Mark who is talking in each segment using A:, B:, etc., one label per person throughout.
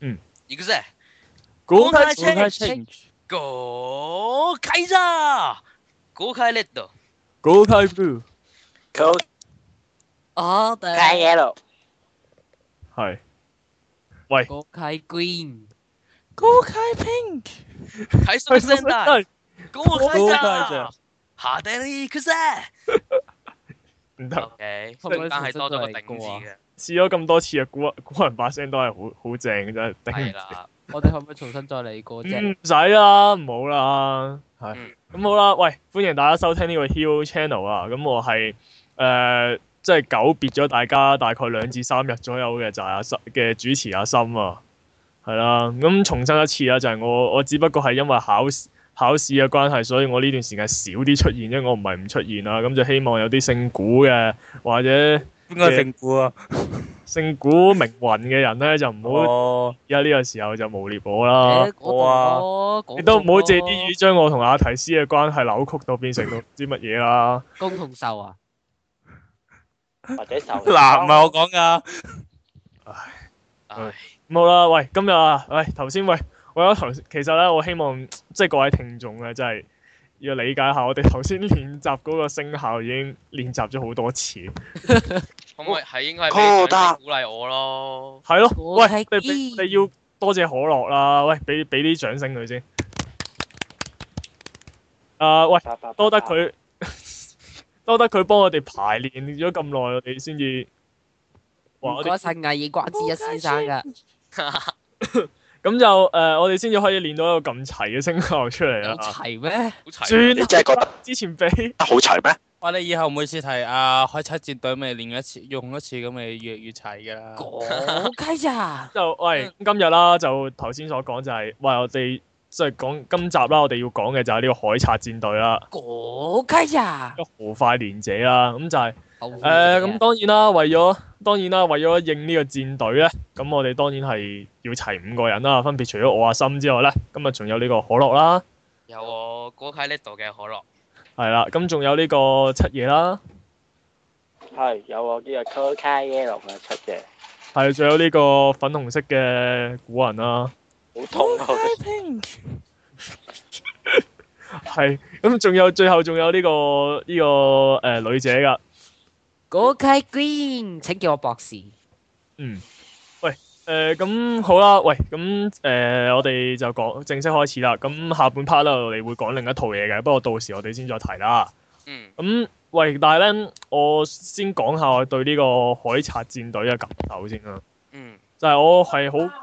A: うん。
B: 行くぜ
A: 豪
B: 快
A: 快
B: チ
A: チ
B: ェンジ
A: ェンジ
B: 豪快だ豪快レッド
A: 豪快ブルー。
C: 豪
D: あー
C: 快
D: だよ。
C: イエロ
A: はい。
D: 豪快クイーン。
A: 豪快ピンク
B: 快速戦隊豪快
A: 豪快
B: だ
A: だ
B: 派手に行くぜ
A: 唔
B: O
A: 得，
B: K，
D: 可唔可
B: 中
D: 以
B: 間係多咗個
D: 重
B: 頂字
D: 新都係
B: 嘅，
A: 試咗咁多次啊，古古人把聲都係好好正嘅真係頂唔
B: 係
A: 住。
B: 啦，
D: 我哋可唔可以重新再嚟過
A: 嗯
D: 啫？
A: 唔使啦，唔好啦，係
B: 嗯
A: 咁好啦。喂，歡迎大家收聽呢個 Hero Channel 啊。咁我係誒、呃即係久別咗大家大概兩至三日左右嘅就係阿森嘅主持阿森啊，係啦。咁重申一次啊，就係、我我只不過係因為考試考試嘅關係，所以我呢段時間少啲出現，因為我唔係唔出現啊啦。咁就希望有啲姓古嘅或者
C: 邊個成股啊？
A: 姓古名雲嘅人咧，就唔
E: 嗯
A: 好
C: 哦，
A: 而家呢個時候就誣衊我啦。
D: 我
A: 你都唔好借啲語將我同阿提斯嘅關係扭曲到變成到唔知乜嘢啦。
D: 公同仇啊！
C: 或者受
E: 嗱，唔係我講啊噶，
B: 唉
A: 咁好啦，喂，今日啊，喂，頭先喂，我有頭，其實咧，我希望即係各位聽眾啊咧，真係要理解下，我哋頭先練習嗰個聲效已經練習咗好多次，
B: 可唔可以係應該係
C: 高
B: 俾
C: 達
B: 掌聲鼓勵我咯？
A: 係咯，
D: 我係
A: 喂，你你
D: 堅
A: 你要多謝可樂啦，喂，俾俾啲掌聲佢先。啊、喂，多得佢，
C: 啊
A: 多得佢幫我哋排練咗咁耐，我哋先至。哇！
D: 唔
A: 我哋
D: 該晒魏爾關之一先生噶，
A: 咁就誒、呃我哋先至可以練到一個咁齊嘅聲效出嚟
D: 有
A: 啦。
D: 齊咩？
B: 好齊，
A: 轉
C: 啊你真係覺得
A: 之前俾
C: 好齊咩？
E: 我哋以後每次提啊開七戰隊咪練一次，用一次咁咪越嚟越齊噶啦。
D: 豪快咋？
A: 就
C: 嗯
A: 喂，今日啦，就頭先所講就係、喂我哋即係講今集啦，我哋要講嘅就係呢個海賊戰隊啦，
D: 豪快咋
A: 呢？個豪快連者啦，咁就係、
D: 誒
C: 嗯
A: 誒
C: 啊
A: 咁當然啦，為咗當然啦，為咗應呢個戰隊咧，咁我哋當然係要齊五個人啦，分別除咗我阿森之外咧，咁啊仲有呢個可樂啦，
B: 有我高卡呢度嘅可樂，
A: 係啦，咁仲有呢個七爺啦。
C: 係有我呢個 Cold Car Yellow 嘅出嘅，
A: 係，仲有呢個粉紅色嘅古人啦、
C: 好痛啊！
A: 係咁仲有最後仲有呢、個呢、個誒、呃女姐噶，
D: 豪快 Green，請叫我博士。
A: 誒嗯呃咁好啦，喂，咁誒、呃我哋就講正式開始啦，咁下半 part 啦，我哋會講另一套嘢嘅，不過到時我哋先再提啦。
B: 嗯，
A: 咁喂，但係咧，我先講下我對呢個海賊戰隊嘅感受先啦。
B: 嗯，
A: 就係我係好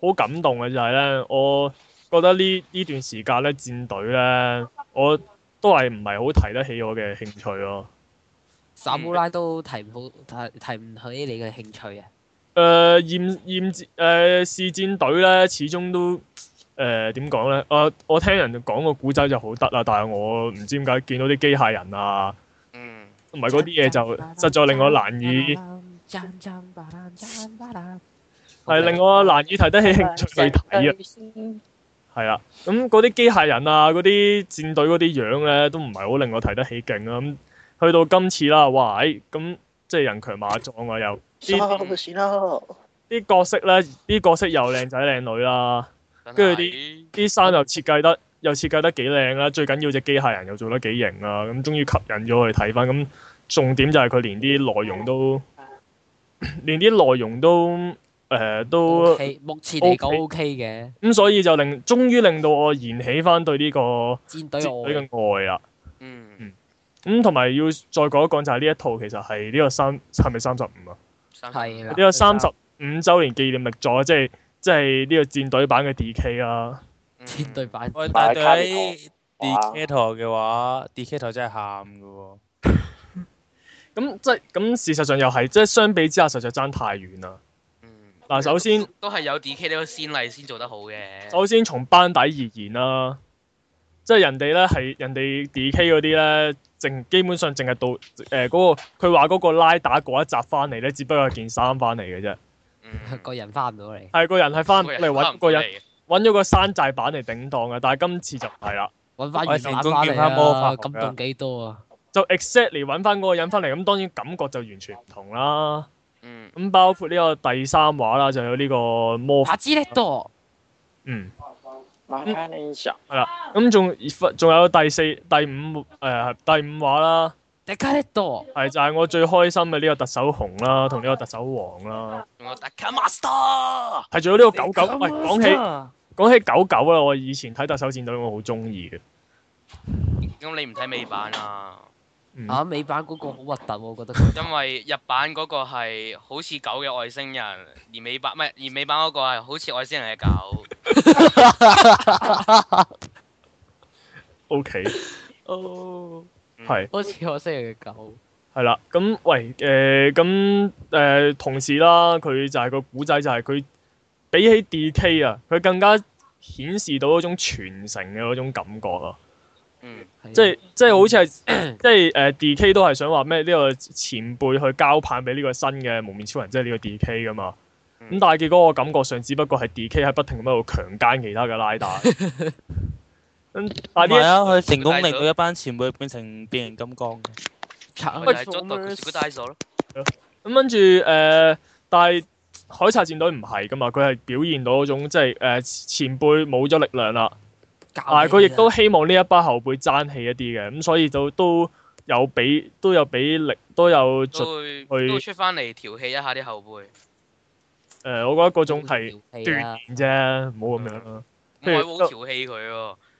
A: 好感動嘅，就係咧，我覺得呢呢段時間咧，戰隊咧，我都係唔係好提得起我嘅興趣咯。
D: 撒姆拉都提唔好提提唔起你嘅興趣啊！
A: 誒、厭厭戰誒呃試戰隊咧，始終都誒點講咧？我我聽人講個古仔就好得啦，但係我唔知點解見到啲機械人啊，
B: 嗯，
A: 同埋嗰啲嘢就實在令我難以係令我難以提得起興趣去睇啊。係啦，咁嗰啲機械人啊，嗰啲戰隊嗰啲樣咧，都唔係好令我提得起勁啊。咁去到今次啦，哇！哎咁即係人強馬壯啊，又
C: 收線咯，
A: 啲角色咧，啲角色又靚仔靚女啦，
B: 真係
A: 跟住啲衫又設計得又設計得幾靚啦，最緊要隻機械人又做得幾型啊。咁終於吸引咗我去睇翻。咁重點就係佢連啲內容都，連啲內容都誒、呃都
D: OK，目前嚟講 OK 嘅
A: 咁，所以就令終於令到我燃起翻對呢、個。
D: 戰
A: 接佢
D: 隊
A: 嘅愛啦。
B: 嗯
A: 咁同埋要再講一講就係呢一套其實係呢個三係咪三十五啊？
B: 三
D: 我係啦
A: 呢，個三十五週年紀念力作，即係即係呢個戰隊版嘅啊 D.K. 啦。
B: 嗯
D: 戰隊版
E: 我
C: 買
E: 但
C: 卡列
E: 對 D
C: 啊
E: K 台嘅話，D K 台真係喊噶喎。
A: 咁即係咁事實上又係，即係相比之下實在爭太遠啦。
B: 嗯
A: 嗱首先
B: 都係有 D K 呢個先例先做得好嘅，
A: 首先從班底而言啦，即係人哋咧係人哋 D.K. 嗰啲咧，淨基本上淨係到誒嗰、個佢話嗰個拉打嗰一集翻嚟咧，只不過係件衫翻嚟嘅啫。
B: 嗯
D: 個人翻唔到嚟。
A: 係個人係翻嚟揾個人
B: 人
A: 揾咗個山寨版嚟頂檔嘅，但係今次就唔係啦。
D: 揾翻
E: 我
D: 原
E: 係成
D: 版
E: 功
D: 翻
E: 見
D: 嚟
E: 返魔法
D: 啦，
E: 學
D: 感
E: 㗎
D: 動幾多啊！
A: 就 exactly 揾翻嗰個人翻嚟，咁當然感覺就完全唔同啦。
B: 嗯嗯，
A: 咁包括呢個第三話啦，就有呢個魔法
D: 阿之力多，
A: 嗯。
C: 麻煩你上
A: 咁仲仲有第四、第五誒、呃第五話啦，
D: 迪加力多，
A: 係就係我最開心嘅呢個特首紅啦，同呢個特首黃啦，
B: 仲有特卡 master，
A: 係仲有呢個狗狗。喂，講起講起狗狗啦，我以前睇特首戰隊我好中意嘅。
B: 咁你唔睇美版啊？
A: 嗯，
D: 啊美版嗰個好核突喎，我覺得佢
B: 因為日版嗰個係好似狗嘅外星人，而美版唔係，而美版嗰個係好似外星人嘅狗。
A: O K，
D: 哦，
B: 嗯
A: 係
D: 好似我識嘅狗，
A: 係啦。咁喂誒，咁、誒、同時啦，佢就係個古仔就係佢比起 D K 啊，佢更加顯示到嗰種傳承嘅嗰種感覺啊。
B: 嗯，
A: 即 係即係好似係即係誒 D.K 都係想話咩呢個前輩去交棒俾呢個新嘅蒙面超人，即係呢個 D.K 噶嘛。咁
B: 嗯
A: 但係結果我感覺上只不過係 D.K 喺不停咁喺度強姦其他嘅 拉打。咁但係
E: 係
A: 呢
E: 啊，佢成功令到一班前輩變成變形金剛嘅。
D: 慘
B: 咪就係捉到佢佢大咗咯。
A: 一咁跟住誒，但係海賊戰隊唔係噶嘛，佢係表現到嗰種即係誒、呃前輩冇咗力量啦，
D: 但
B: 啊
A: 但係佢亦都希望呢一班後輩爭氣一啲嘅，咁所以就都有俾都有俾力都有盡誒、
B: 都會
A: 佢
B: 都會出翻嚟調戲一下啲後輩。
A: 呃我覺得嗰種係。
D: 斷
A: 鍛鍊啫，唔好咁樣啦。
B: 唔係好調戲佢喎，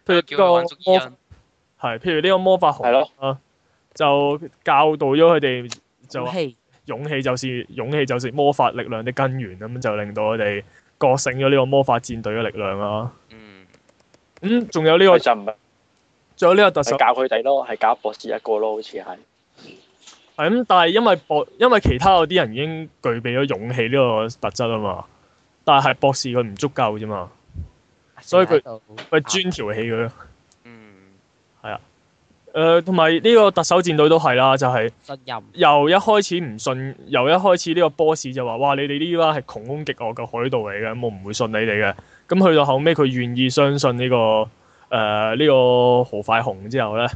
A: 譬如
B: 嗯叫佢玩捉伊
A: 個魔
B: 人。
A: 係，譬如呢個魔法
C: 係
A: 紅
C: 咯，
A: 啊，就教導咗佢哋就話
D: 氣，
A: 勇氣就是勇氣就是魔法力量的根源咁，就令到佢哋覺醒咗呢個魔法戰隊嘅力量啊啦。
B: 嗯，
A: 咁仲有呢
C: 佢
A: 個，
C: 就唔係
A: 仲有呢個特首
C: 教佢哋咯，係教博士一個咯，好似係。
A: 係咁，但係因為博，因為其他嗰啲人已經具備咗勇氣呢個特質啊嘛，但係博士佢唔足夠啫嘛，所以佢佢專調戲佢咯。
B: 嗯，
A: 誒，同埋呢個特首戰隊都係啦，就係、
D: 信任，
A: 由一開始唔信，由一開始呢個 boss 就話：哇！你哋呢班係窮兇極惡嘅海盜嚟嘅，咁我唔會信你哋嘅。咁去到後尾，佢願意相信呢、個呃誒呢、個何快雄之後咧，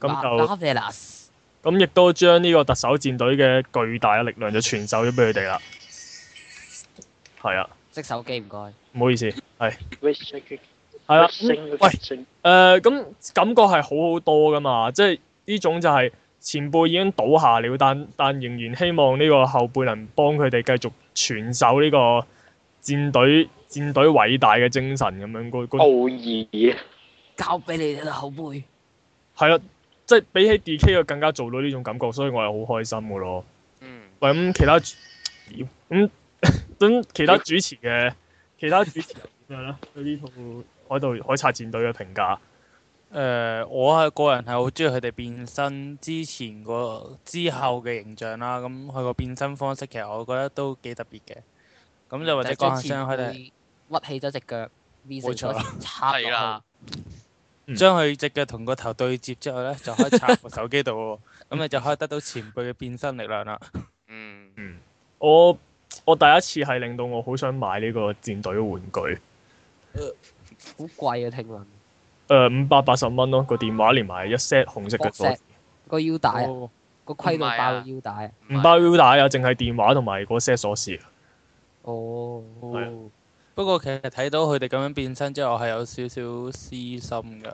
A: 咁
D: 咁就
A: 就咁亦都將呢個特首戰隊嘅巨大嘅力量就傳授咗俾佢哋啦。係啊，
D: 即手機唔該。
A: 唔好意思，
C: 係
A: 係啦、咁喂誒咁、感覺係好好多噶嘛，即係呢種就係前輩已經倒下了，但但仍然希望呢個後輩能幫佢哋繼續傳授呢個戰隊戰隊偉大嘅精神咁樣嗰嗰
C: 奧義
D: 交俾你哋啦，後輩。
A: 係啦，即係比起 D.K. 佢更加做到呢種感覺，所以我係好開心噶咯。
B: 嗯，
A: 喂，咁其他主咁 咁其他主持嘅其他主持又點樣咧？對呢套海盜海賊戰隊嘅評價，
E: 誒、呃我係個人係好中意佢哋變身之前個之後嘅形象啦。咁佢個變身方式其實我覺得都幾特別嘅。咁
D: 嗯
E: 就或者講下先，佢哋
D: 哋屈起咗只腳，V 死
E: 冇錯
D: 咗插落去
B: 係啦，
A: 嗯
E: 將佢只腳同個頭對接之後咧，就可以插部手機度喎。咁你就可以得到前輩嘅變身力量啦。
B: 嗯，
A: 我我第一次係令到我好想買呢個戰隊玩具，
D: 好貴啊！聽聞
A: 誒呃五百八十蚊咯，個電話連埋一 set 紅色嘅鎖匙，
D: 個腰帶啊，
E: 哦
D: 個規到爆個腰帶啊。
A: 唔包 U 帶啊，淨係電話同埋嗰 set 鎖匙。
D: 哦，
A: 係
E: 不過其實睇到佢哋咁樣變身之後，我係有少少私心㗎。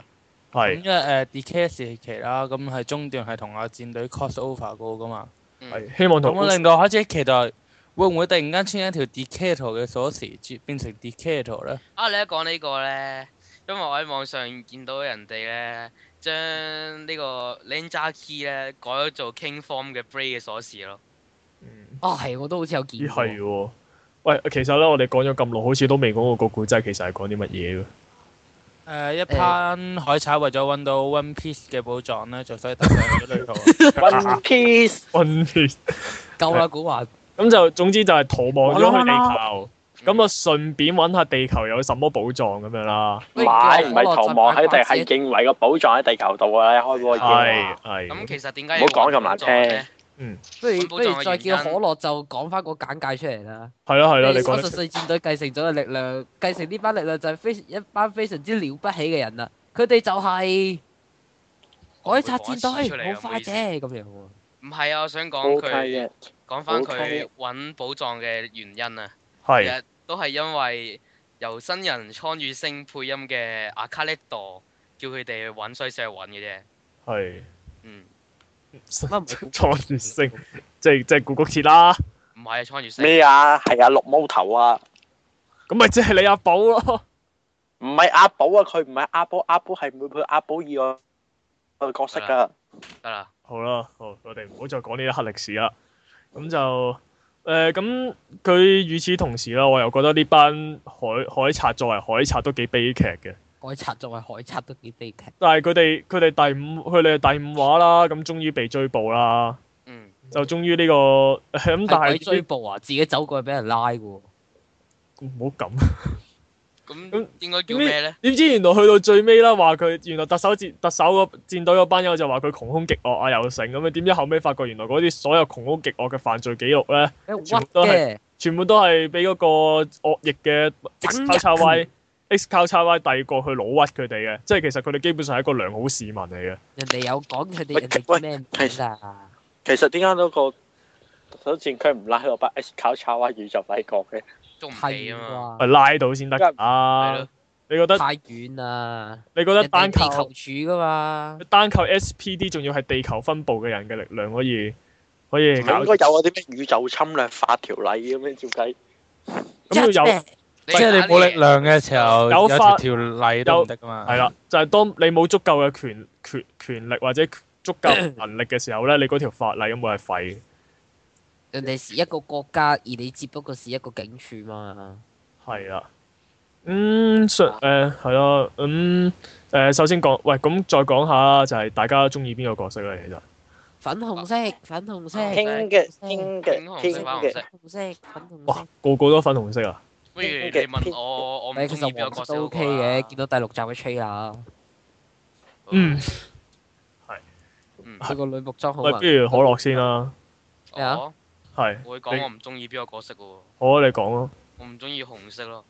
E: 咁
A: 係
E: 因為誒 D.K. 時期啦，咁係中段係同阿戰隊 cross over 過㗎嘛。
B: 嗯，
A: 係，希望
E: 咁
A: 同
E: 我令到我開始期待，會唔會突然間穿一條 D.K. 圖嘅鎖匙，轉變成 D.K. 圖咧？
B: 啊，你一講呢個咧，因為我喺網上見到人哋咧，將呢個 Ninja Key 咧改咗做 King Form 嘅 Bray 嘅鎖匙咯。
A: 嗯
D: 啊係，我都好似有見
A: 咦
D: 過。
A: 係喎。喂，其實咧，我哋講咗咁耐，好似都未講過個古仔，其實係講啲乜嘢嘅。
E: 誒、一班海賊為咗揾到 One Piece 嘅寶藏咧，就所以踏上咗旅途。
C: One Piece，
A: One Piece
D: 夠啦，古華。
A: 咁就總之就係逃亡咗去地球，
D: 嗯
A: 咁啊順便揾下地球有什麼寶藏咁樣啦。
C: 唔係唔係唐望喺地，係認為個寶藏喺地球度啊！你開
D: 哦
C: 波已經
A: 係
C: 話
B: 嗯咁
A: 係。
B: 其實點解
C: 唔好講咁難聽
B: 咧？
D: 不如不如再叫可樂就講翻個簡介出嚟啦。
A: 係咯係咯，你
D: 所
A: 講
D: 十
A: 得
D: 歲戰隊繼承咗嘅力量，繼承呢班力量就係非一班非常之了不起嘅人啦。佢哋就係海賊戰
B: 我唔會講一次出嚟
D: 隊，
B: 啊
D: 好快啫咁樣喎。
B: 唔係啊，我想講
C: O
B: 佢
C: K
B: 講翻
C: OK
B: 佢揾寶藏嘅原因啊，其
A: 係
B: 實都係因為由新人倉與星配音嘅阿卡列多叫佢哋去揾，所以先去揾嘅啫。
A: 係
B: 嗯，
D: 乜 唔係
A: 創越星，即係即係古谷鐵啦，
B: 唔係啊，倉與
C: 嘅
B: 星
C: 咩啊？係啊，綠毛頭啊，
A: 咁咪即係你阿寶咯。
C: 唔係阿寶啊，佢唔係阿寶，阿寶係唔會配阿寶以外嘅角色㗎。
B: 得啦。
A: 好啦，好，我哋唔好再講呢啲黑歷史啦。咁就誒咁，佢、與此同時啦，我又覺得呢班海海賊作為海賊都幾悲劇嘅。
D: 海賊作為海賊都幾悲劇。
A: 但係佢哋佢哋第五佢哋第五話啦，咁終於被追捕啦，
B: 嗯，
A: 就終於呢、個咁，但
D: 係鬼追
A: 係
D: 捕啊！自己走過去俾人拉嘅喎。
A: 唔好咁。咁
B: 咁應該叫
A: 咁呢
B: 咩咧？
A: 點知原來去到最尾啦，話佢原來特首戰特首個戰隊嗰班友就話佢窮兇極惡啊又成咁樣，點知後尾發覺原來嗰啲所有窮兇極惡嘅犯罪記錄咧，
D: 俾屈
A: 全部都係
D: 嘅，
A: 全部都係俾嗰個惡逆嘅 X
D: 真
A: 交叉 Y
D: 人
A: X 交叉 Y 帝國去老屈佢哋嘅，即係其實佢哋基本上係一個良好市民嚟嘅。
D: 人哋有講佢哋
C: 喂
D: 人哋
C: 喂
D: 叫咩名啊？
C: 其實點解嗰個首戰區唔拉落班 S 考查威宇宙帝國嘅？
B: 捉唔
D: 太
B: 起
D: 遠
B: 啊嘛。
A: 係
D: 啩，
A: 拉到先得
B: 係
A: 啊
B: 咯！，
A: 你覺得
D: 太遠啦。
A: 你覺得
D: 人
A: 單
D: 哋地
A: 靠
D: 球處噶嘛？
A: 單靠 SPD 仲要係地球分部嘅人嘅力量可以可以
C: 應該
A: 搞
C: 有嗰啲咩宇宙侵略法條例咁樣照計。
A: 咁要有。
E: 即係你冇力量嘅時候，
A: 有
E: 有
A: 法
E: 條條例都唔得噶
D: 啊
E: 嘛。
A: 係啦，就係、當你冇足夠嘅權權權力或者足 夠能力嘅時候咧，你嗰條法例根本係廢嘅。
D: 人哋是一個國家，而你只不過是一個警署嘛。
A: 係啦，嗯，上
D: 啊
A: 誒係啦，咁、誒、首先講，喂，咁再講下就係大家中意邊個角色咧？其實
D: 粉紅色，粉紅色，
B: 啊
D: 粉
C: 傾嘅傾嘅
B: 英雄
C: 傾
B: 式
C: 嘅，
D: 紅色，粉紅
A: 哇
D: 色。，
A: 個個都粉紅色啊！
B: 不如你問我，我唔
D: 誒，其
B: 中意
D: 實
B: 邊
D: 黃
B: 個角
D: 色
B: 色
D: 都
B: 好啊
D: OK
B: 過啦
D: 嘅，見到第六集嘅 trailer，
A: 嗯，
B: 嗯，
D: 佢個女木裝好
A: 喂，
D: 啊
A: 不。如可樂先啦，
D: 咩啊
B: 我
A: 係，
B: 哦我會
A: 你
B: 講我唔中意邊個角色嘅喎，
A: 好啊，你講咯，
B: 我唔中意紅色咯。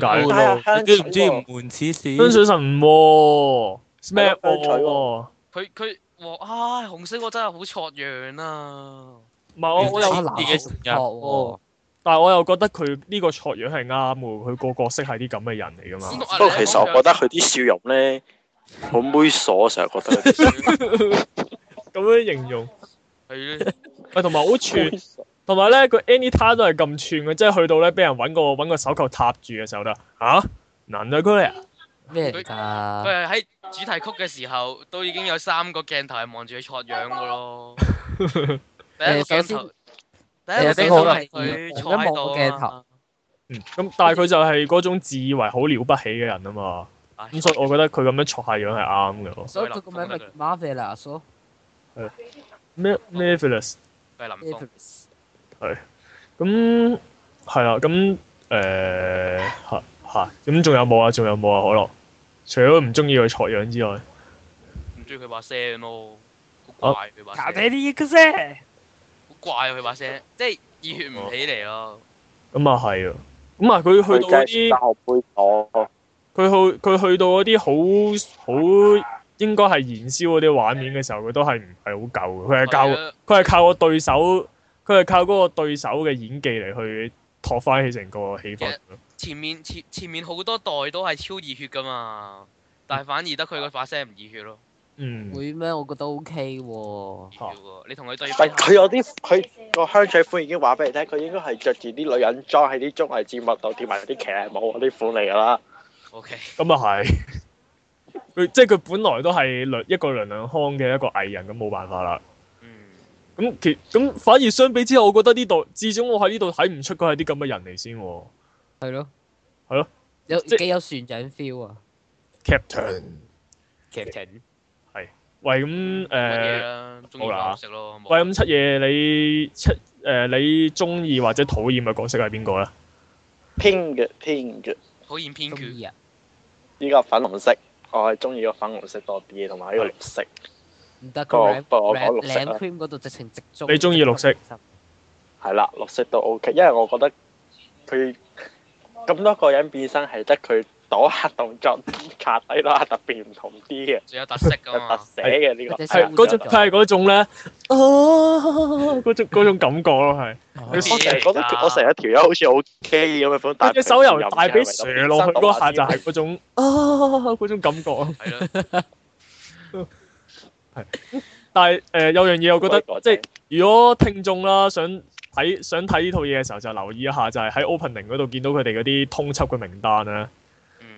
E: 係
A: 解？
D: 啊
E: 咯
C: 睇下香
E: 你知唔知
C: 水
E: 唔
C: 喎
E: 換此
A: 香
E: 事？
A: 水神唔喎，smack
C: 係咯香水
A: 喎，
B: 佢佢哇，唉，紅色我真係好挫樣啊！
A: 唔係我我又
E: 有
D: 啊藍
E: 自己成日
D: 色喎
A: 但係我又覺得佢呢個錯樣係啱喎，佢個角色係啲咁嘅人嚟噶嘛。
C: 不過其實我覺得佢啲笑容咧好猥瑣，成日覺 得佢啲
A: 咁樣形容，
B: 係咧，
A: 喂，同埋好串，
C: 猥瑣
A: 同埋咧佢 anytime 都係咁串嘅，即係去到咧俾人揾個揾個手扣搭住嘅時候得嚇，難得佢嚟啊，
D: 咩嚟㗎？
B: 佢係喺主題曲嘅時候都已經有三個鏡頭係望住佢挫樣嘅咯。第一個
D: 誒首
B: 鏡頭，
D: 先
B: 第一個鏡頭係佢坐喺度啊嘛
A: 嗯咁但係佢就係嗰種自以為好了不起嘅人啊嘛，
B: 唉
A: 咁所以我覺得佢咁樣錯下樣係啱嘅咯。
D: 所以佢個名咪 Marvel 啊，所
A: 咩咩 f i l i s
B: 佢係林峰
D: Marvel。
A: 咁係啦，咁誒嚇嚇，咁仲有冇啊？仲有冇啊？可樂，除咗唔中意佢錯樣之外，
B: 唔中意佢把聲咯，好怪佢把聲。
D: 啲嘅啫。
B: 好怪啊佢把
C: 哦
B: 聲，即係熱血唔起嚟咯。
A: 咁啊係啊，咁啊佢去
C: 佢
A: 到嗰
C: 真
A: 啲
C: 係。大學杯我
A: 佢去佢去到嗰啲好好應該係燃燒嗰啲畫面嘅時候，佢都係唔係好夠嘅。佢係靠
B: 係啊
A: 佢係靠個對手，佢係靠嗰個對手嘅演技嚟去托翻起成個氣氛。
B: 前面前前面好多代都係超熱血噶嘛，但係反而得佢個把聲唔熱血咯。
A: 嗯，
D: 會咩？我覺得 OK
A: 哦
D: 喎。
B: 熱血喎，你同佢對比
C: 喂，佢
B: 下，
C: 有啲佢個香水款已經話俾你聽，佢應該係着住啲女人裝喺啲綜藝節目度，貼埋啲騎呢帽嗰啲款嚟㗎啦。
B: O K，
A: 咁啊係。 佢即係佢本來都係娘一個娘娘腔嘅一個藝人，咁冇辦法啦。
B: 嗯，
A: 咁其咁反而相比之下，我覺得呢度至少我喺呢度睇唔出佢係啲咁嘅人嚟先喎。
D: 係咯。
A: 係咯。
D: 有
A: 即
D: 幾有船長 feel 啊
A: Captain，
D: ！Captain。
A: 喂咁誒。呃
B: 乜嘢啦，中意
A: 好啦
B: 咪食咯，冇
A: 喂，咁七夜你七誒、你中意或者討厭嘅角色係邊個咧？
C: 拼嘅拼嘅，
B: 討厭偏
D: 中
B: 決，
D: 意啊！
C: 依個粉紅色，我係中意個粉紅色多啲，同埋呢個綠色。
D: 唔得，
C: 不過
D: 佢
C: 不過我講
D: Ram
C: 綠色啦
D: Ram Cream 嗰度直情直中。
A: 你鍾意綠色？
C: 係啦，綠色都 OK，因為我覺得佢咁多個人變身係得佢躲黑動作擦底啦， 特別唔同啲嘅，
B: 仲有特色噶
C: 有特
B: 嘛。
C: 寫嘅呢個。啊
D: 或者
A: 係啊嗰種，
D: 就
A: 係嗰種咧，啊嗰種嗰種感覺咯，係
C: 啊我
A: 佢
C: 成日覺得佢我成日條友好似好 K 咁嘅款，但
A: 佢隻手由大髀射落去嗰下就係嗰種啊嗰種感覺啊。
B: 係咯，
A: 但係誒、呃有樣嘢，我覺得
C: 我
A: 即係如果聽眾啦想睇想睇呢套嘢嘅時候，就留意一下，就係喺 opening 嗰度見到佢哋嗰啲通緝嘅名單咧。
B: 嗯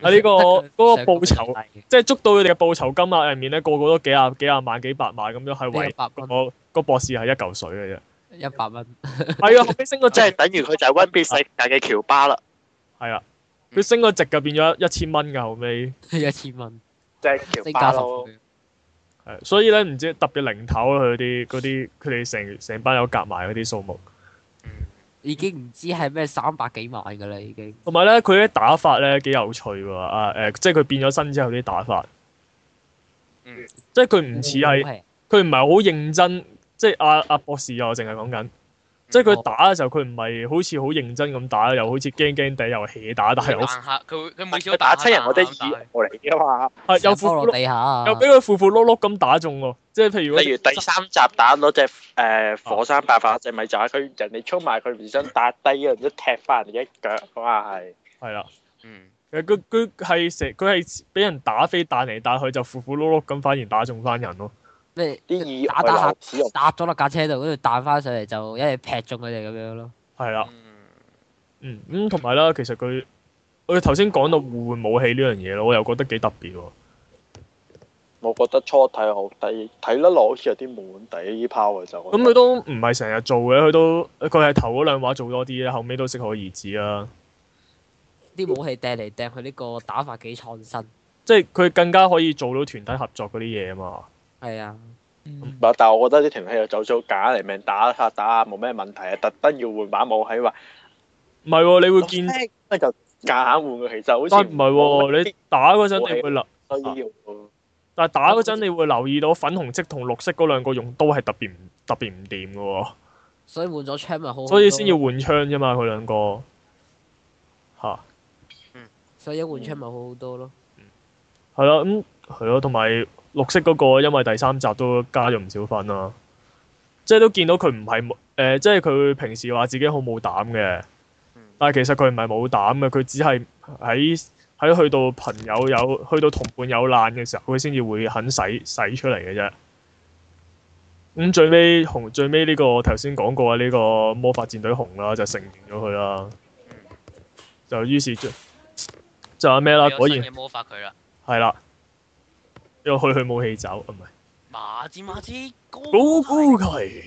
A: 啊呢、個嗰、個報
D: 上高
A: 酬，
D: 地低
A: 即係捉到佢哋嘅報酬金額入面咧，個個都幾廿幾廿萬幾百萬咁樣，係
D: 嘅，
A: 為
D: 一百蚊，
A: 個個博士係一嚿水嘅啫。
D: 一百蚊，
A: 係啊，後尾升個
C: 即
A: 值
C: 係等於佢就係 One Piece 世界嘅喬巴啦，
A: 係啊，佢升個值就變咗一千蚊㗎後尾。
D: 一千蚊，
C: 即係
D: 升
C: 喬
D: 價
C: 巴
D: 十
C: 咯。
D: 倍。
A: 係，所以咧唔知特別零頭啊啦，佢啲嗰啲佢哋成成班友夾埋嗰啲數目。
B: 嗯
D: 已經唔知係咩三百幾萬㗎啦，已經。
A: 同埋咧，佢啲打法咧幾有趣喎！啊誒、即係佢變咗身之後啲打法，
B: 嗯
A: 即係佢唔似係
D: 係
A: 佢唔係好認真，即係阿阿博士啊，我淨係講緊，即係佢打嘅時候，佢唔係好似好認真咁打，又好似驚驚地又 hea 打，但係
B: 佢
A: 又
B: 彈下佢會佢每次
C: 佢
B: 都
C: 打
B: 下
C: 親人我
B: 彈下
C: 都以
B: 彈下
C: 我嚟㗎嘛。
A: 係又
D: 有
A: 符
D: 波
A: 符
D: 落
A: 碌
D: 地下啊，
A: 又俾佢符符碌碌咁打中喎，即係譬如嗰
C: 例如第三集打到只誒火山爆發只咪就係佢人哋衝埋佢唔想打低人，一踢翻人哋一腳咁啊係。
A: 係啦，
B: 嗯
A: 佢佢佢係成佢係俾人打飛彈嚟彈去就符符碌碌咁，反而打中翻人咯。
D: 咩
C: 啲意外
D: 打打下
C: 流使用
D: 搭咗落架車度，跟住彈翻上嚟就一嘢劈中佢哋咁樣咯。
A: 係啦，
B: 嗯
A: 嗯咁同埋啦，其實佢我哋頭先講到互換武器呢樣嘢咯，我又覺得幾特別喎。
C: 我覺得初睇好低，睇得落好似有啲悶底呢 power 就。
A: 咁佢都唔係成日做嘅，佢都佢係頭嗰兩話做多啲咧，後尾都適可而止啦。
D: 啲
A: 嗯
D: 武器掟嚟掟去，呢個打法幾創新。
A: 即係佢更加可以做到團體合作嗰啲嘢啊嘛。
D: 係啊，
E: 嗯
C: 唔係，但係我覺得啲停氣又走咗假嚟命打下打下冇咩問題啊，特登要換把武器話。
A: 唔係喎，你會
C: 我
A: 見，
C: 聽就夾硬換嘅，其實好
A: 但
C: 似
A: 唔係喎，你打嗰陣你會留，
C: 冇乜需要。
A: 但係打嗰陣你會留意到粉紅色同綠色嗰兩個用刀係特別唔特別唔掂嘅喎，
D: 所以換咗槍咪好好多。
A: 所以先要換槍啫嘛，佢兩個嚇
D: 所以一換槍咪好好多咯。
A: 係咯，咁係咯，同埋綠色嗰個因為第三集都加咗唔少分啦，即係都見到佢唔係冇誒，即係佢平時話自己好冇膽嘅。
B: 嗯
A: 但係其實佢唔係冇膽嘅，佢只係喺喺去到朋友有去到同伴有難嘅時候，佢先至會肯使使出嚟嘅啫。咁、最尾紅最尾呢、個我頭先講過嘅呢個魔法戰隊紅啦，就成全咗佢啦。
B: 嗯，
A: 就於是就就話咩啦，
B: 有
A: 啊果
B: 新
A: 然
B: 嘅魔法佢啦，
A: 係啦，又去去武器走，唔係
B: 馬子馬子高
A: 高高奇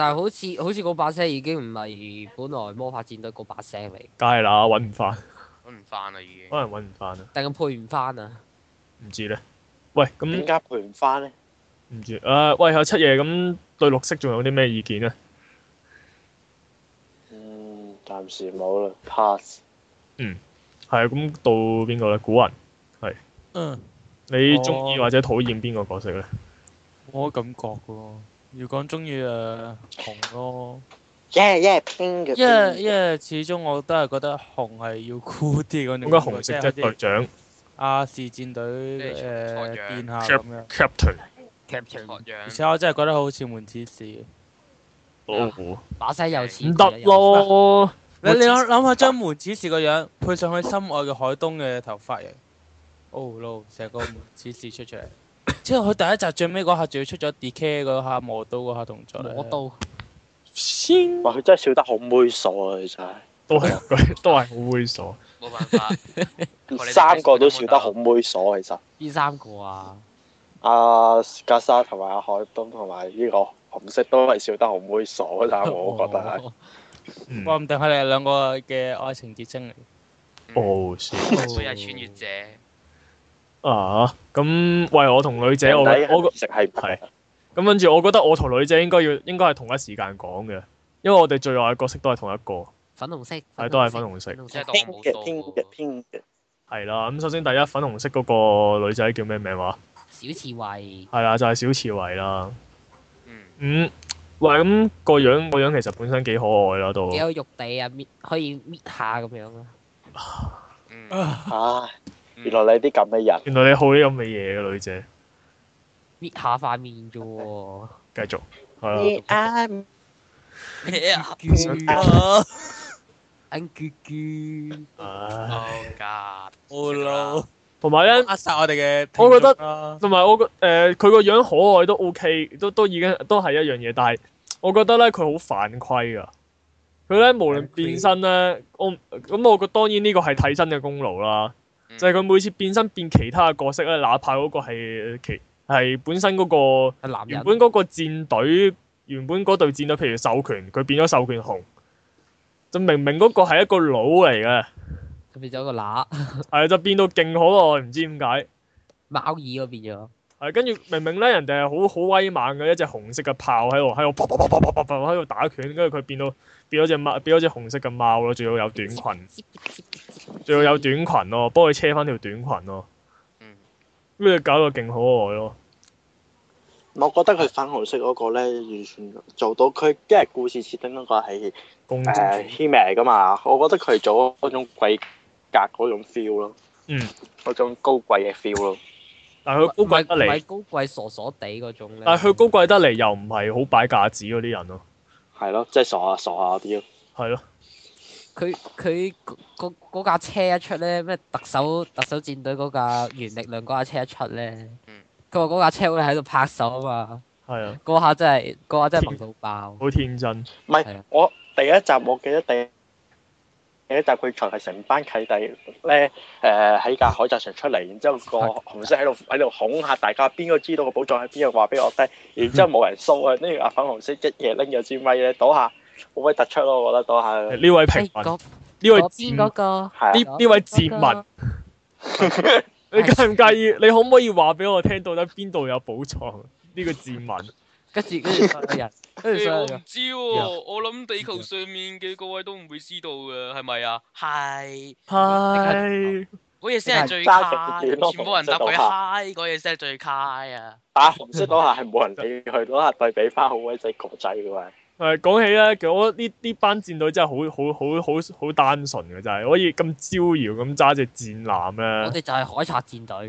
D: 但係好似好似嗰把聲已經唔係本來魔法戰隊嗰把聲嚟，
A: 梗係啦，揾唔翻，
B: 揾唔翻啦已經
A: 可。能揾唔翻啊，
D: 但係佢配唔翻啊！
A: 唔知咧。喂，
C: 點
A: 咁
C: 解賠唔翻咧？
A: 唔知啊？喂，阿七爺咁對綠色仲有啲咩意見咧？
C: 嗯，暫時冇啦，pass。
A: 係啊，咁到邊個咧？古人，
E: 嗯，
A: 你中意
E: 我
A: 或者討厭邊個角色咧？
E: 冇乜感覺嘅喎。如果中意誒紅咯，
C: 耶耶拼嘅。
E: 因為因為始終我都係覺得紅係要酷啲嗰種感覺。
A: 應該紅色即
E: 即
A: 係
E: 係好
A: 隊
E: 似
A: 長
E: 亞視戰隊
B: 即係
E: 誒
B: 坐樣
E: 殿下咁樣。
A: Captain
B: 學
E: 而
B: 樣
E: 且我真係覺得好似門子士。啊
A: 老虎，
D: 把聲又似
A: 唔得，咯！
E: 你你諗諗下將門子士個樣配上佢心愛嘅海東嘅頭髮型，oh no！成個門子士出出嚟，之後佢第一集最尾嗰下仲要出咗 decay 嗰下磨刀嗰下動作咧
D: 摸刀
A: 先
C: 哇！佢真係笑得好猥瑣啊！佢真係。
A: 都係嗰句都係好猥瑣。
B: 冇辦 法，
C: 三個都笑得好猥瑣，其實
D: 邊三個啊？
C: 阿格莎同埋阿海東同埋呢個紅色都係笑得好猥瑣，但係我覺得係。
D: 哦
A: 嗯
E: 話唔定佢哋兩個嘅愛情結晶嚟。嗯
A: 哦，先
B: 所以係穿越者。
A: 啊！咁喂，我同女姐， 我
C: 人哋
A: 我
C: 食係唔
A: 係咁跟住，我覺得我同女姐應該要應該係同一時間講嘅，因為我哋最愛嘅角色都係同一個，
D: 粉紅色
A: 係都係粉紅色
D: 粉。紅
B: 即係
D: 色
B: 當
C: 偏
B: 冇
C: 嘅偏嘅偏嘅，
A: 係啦，咁首先第一粉紅色嗰個女仔叫咩名話？
D: 小刺猬，
A: 係啦，就係小刺猬啦。
B: 嗯，
A: 嗯，喂，咁個樣個樣其實本身幾可愛啦，都
D: 幾有肉地啊，搣可以搣下咁樣啊。
B: 嗯，
C: 唉，
B: 嗯
C: 原來你啲咁嘅人，
A: 原來你好啲咁嘅嘢嘅女仔，
D: 搣下塊面啫喎。
A: 繼續係
B: 咩啊？
A: 啦。
D: 恩咕咕，
A: 唉
B: 哦，噶，
E: 好咯，
A: 同埋咧，
E: 扼殺我哋嘅聽眾啦。
A: 我覺得同埋我覺誒佢個樣可愛都 OK，都都已經都係一樣嘢，但係我覺得咧佢好犯規㗎。佢咧無論變身咧，我咁我覺當然呢個係替身嘅功勞啦，
B: 嗯
A: 就係佢每次變身變其他嘅角色咧，哪怕嗰個係呃其係本身嗰、個。
D: 係男
A: 原
D: 人。
A: 本嗰個戰隊，原本嗰隊戰隊，譬如授權，佢變咗授權紅，就明明嗰個係一個佬嚟嘅，
D: 佢變咗個乸，
A: 係就變到勁可愛，唔知點解。
D: 貓耳嗰變咗。
A: 係跟住明明咧，人哋係好好威猛嘅一隻紅色嘅炮喺度，喺度啪啪啪啪啪啪啪喺度打拳，跟住佢變到變咗只貓，變咗隻紅色嘅貓咯，仲要有短裙，仲要有短裙咯，幫佢車翻條短裙咯，
B: 嗯
A: 跟住搞到勁可愛咯。
C: 我覺得佢粉紅色嗰個咧，完全做到佢，因為故事設定嗰個係
A: 公主
C: 誒 h e m 噶嘛，我覺得佢做嗰種貴格嗰種 feel 咯，
A: 嗯，
C: 嗰種高貴嘅 feel 咯，
A: 但係佢高貴得
D: 唔係唔
A: 嚟
D: 係，高貴傻傻地嗰種咧。
A: 但係佢高貴得嚟又唔係好擺架子嗰啲人咯，
C: 係咯，即係傻下傻下嗰啲咯。
A: 係咯。
D: 佢佢嗰嗰嗰架車一出咧，咩特首特首戰隊嗰架原力量嗰架車一出咧
B: 嗯，
D: 佢話嗰架車會喺度拍手啊嘛，
A: 係啊，
D: 嗰下真係嗰下真係萌到爆。
A: 好天真。
C: 唔
D: 係啊
C: 係我第一集我記得第第一集佢才係成班契弟咧，誒喺架海賊船出嚟，然之後個紅色喺度喺度恐嚇大家，邊個知道個寶藏喺邊個話俾我聽，然之後冇人掃啊，呢個阿粉紅色一嘢拎咗支咪咧，倒下好鬼突出咯，我覺得倒下
D: 哎
C: 係
A: 呢位平
D: 誒
A: 民，
D: 嗰
A: 呢位
D: 嗰邊嗰
A: 賤，
D: 個
C: 啊
A: 呢呢位賤民， 你介唔介意？你可唔可以話俾我聽，到底邊度有寶藏？呢個賤 民，
D: 跟住跟住所有人，跟
B: 誒
D: 住所
B: 哎我唔
A: 哎
D: 有人，
B: 知喎，我諗地球上面嘅各位都唔會知道嘅，係咪啊？係，
A: 係
B: 嗰嘢先係最
C: 揸
B: 卡，
C: 住電
B: 全部人答佢
C: 腦
B: 嗨，嗰嘢先係最卡啊！
C: 打紅色倒下係冇人理佢，倒下對比翻好鬼死國仔嘅喎。
A: 誒講起咧，其實我覺得呢呢班戰隊真係好好好好好單純嘅，就係可以咁招搖咁揸只戰艦
D: 我
A: 咧，
D: 哋就係海賊戰隊，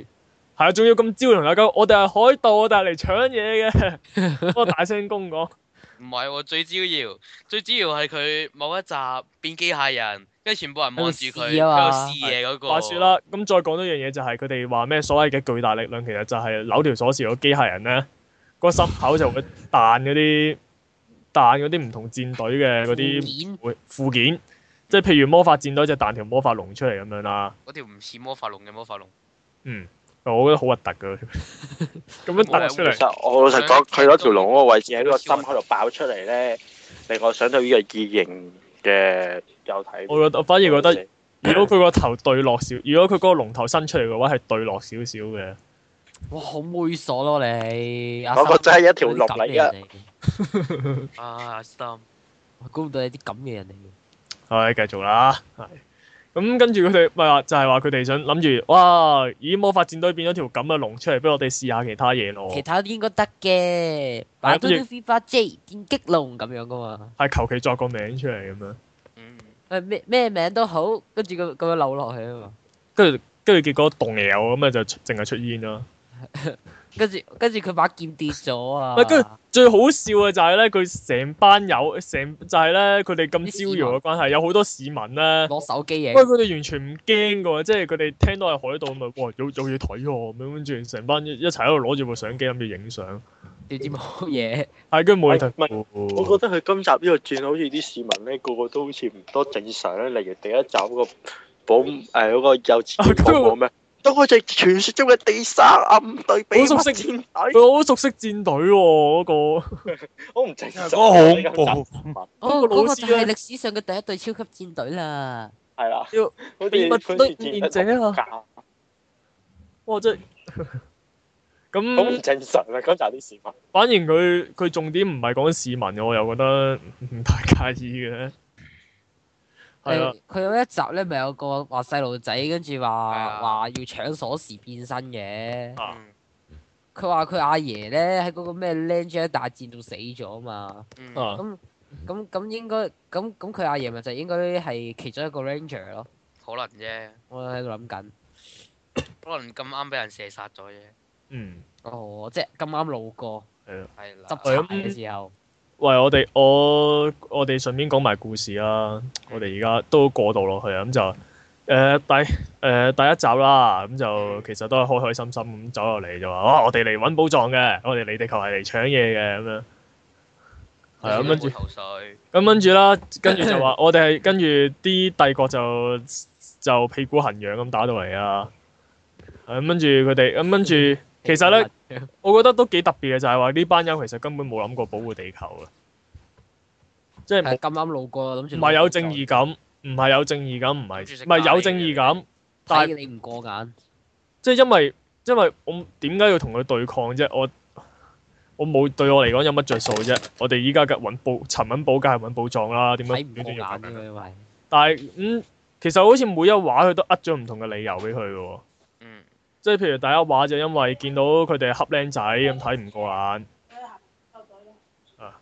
A: 係啊，仲要咁招搖同大家講，我哋係海盜，我哋係嚟搶嘢嘅， 我大聲公講，
B: 唔係喎，最主要最主要係佢某一集變機械人，跟住全部人望住佢，佢
D: 喺度試啊嘛
B: 有試嘢嗰個。
A: 話説，啦，咁再講多樣嘢就係佢哋話咩所謂嘅巨大力量，其實就係扭條鎖匙個機械人咧，個心口就會彈嗰啲彈嗰啲唔同戰隊嘅嗰啲
D: 面
A: 會附件，即係譬如魔法戰隊就彈條魔法龍出嚟咁樣啦。
B: 嗰條唔似魔法龍嘅魔法龍，
A: 嗯，我覺得好核突㗎，咁樣彈出
C: 其
A: 嚟，
C: 實我老實講，佢嗰條龍嗰個位置喺個心口度爆出嚟咧，令我想到呢個異形嘅有睇。
A: 我覺得我反而覺得，如果佢個頭對落少，如果佢嗰個龍頭伸出嚟嘅話係對落少少嘅，
D: 哇好猥瑣咯你！
C: 嗰個真係一條
D: 龍
C: 龍嚟㗎，
B: 啊阿心，
D: 我估唔到你啲咁嘅人嚟嘅。
A: 係繼續啦，係。咁跟住佢哋咪話就係話佢哋想諗住，哇！咦，魔法戰隊變咗條咁嘅龍出嚟，俾我哋試下其他嘢
C: 哦
A: 咯。
D: 其他都應該得嘅，
A: 係
D: 擺
A: 跟住
D: 多啲 V 八 J 電擊龍咁樣噶嘛，
A: 係求其作個名出嚟咁樣，
B: 嗯，
D: 誒咩咩名都好，跟住咁咁樣扭落去啊嘛，
A: 跟住跟住結果動搖咁啊，就出淨係出煙啦。
D: 跟住跟住佢把劍跌咗啊
A: 喂，跟住最好笑嘅就係咧，佢成班友成就係咧，佢哋咁招搖嘅關係，有好多市民咧，
D: 攞手機
A: 喂，
D: 影，
A: 佢哋完全唔驚嘅喎，即係佢哋聽到係海盜咪，哇有有嘢睇喎咁樣，跟住成班一一齊喺度攞住部相機諗住影相，
D: 點知冇嘢，
A: 係跟住冇嘢睇
C: 喂
A: 喎。
C: 我覺得佢今集呢個轉好似啲市民咧，個個都好似唔多正常咧。例如第一集嗰個保誒嗰個幼稚 園保姆咩，當我哋傳説中嘅地沙暗對比
A: 好熟悉
C: 戰隊，
A: 佢好熟悉戰隊喎，嗰 個
C: 好唔正常。
E: 嗰個恐
C: 怖
D: 哦嗰
A: 老師
D: 個
A: 啊
D: 就
A: 咧
D: 係歷史上嘅第一隊超級戰隊啦，
C: 係啦，
A: 要
C: 好似
A: 秘密
C: 好似
A: 對
C: 戰
A: 戰者啊
C: 啊，
A: 哇 真係
C: 好唔
A: 咁。
C: 正常啊！今集啲市民。
A: 反而佢佢重點唔係講市民嘅，我又覺得唔太介意嘅。 係啊，
D: 誒佢有一集咧咪有個話細路仔跟住話
B: 啊
D: 話要搶鎖匙變身嘅，
A: 啊
B: 嗯
D: 佢話佢阿爺咧喺嗰個咩 l a n g e r 大戰度死咗啊嘛。
B: 嗯
A: 啊
D: 咁咁咁應該咁咁佢阿爺咪就應該係其中一個 ranger 咯，
B: 可能啫，
D: 我喺度諗緊。
B: 可能咁啱俾人射殺咗啫，
A: 嗯，
D: 哦，即係咁啱路過
B: 係啊啦。
D: 執
A: 係
D: 柴
A: 咁
D: 嘅時候，
A: 喂，我哋我我哋順便講埋故事啦。我哋而家都過渡落去啊，咁就誒、第誒、第一集啦，咁就其實都係開開心心咁走落嚟就話，啊，我哋嚟揾寶藏嘅，我哋嚟地球係嚟搶嘢嘅咁樣。係啊，咁跟住
B: 冇頭緒，
A: 咁跟住 啦，跟住就話我哋係跟住啲帝國就就屁股痕癢咁打到嚟啊！咁跟住佢哋，咁跟
D: 嗯
A: 住其實咧，
D: 咧，
A: 我覺得都幾特別嘅就係話呢班友其實根本冇諗過保護地球啊，即係
D: 係
A: 冇
D: 咁啱路過，諗住
A: 唔係有正
D: 正
A: 義感，唔係有正義感，唔係
B: 諗住食
A: 唔係有正義感，但係
D: 睇你唔過眼，
A: 即係因為因為我點解要同佢對抗啫？我我冇對我嚟講有乜着數啫？我哋依家嘅揾寶尋揾寶梗係揾寶藏啦，點
D: 睇
A: 解
D: 唔過眼啫
A: 啊
D: 嘛，因為
A: 但係嗯，其實好似每一畫佢都呃咗唔同嘅理由俾佢嘅喎，
B: 嗯，
A: 即係譬如第一畫就因為見到佢哋恰僆仔咁睇唔過眼，啊，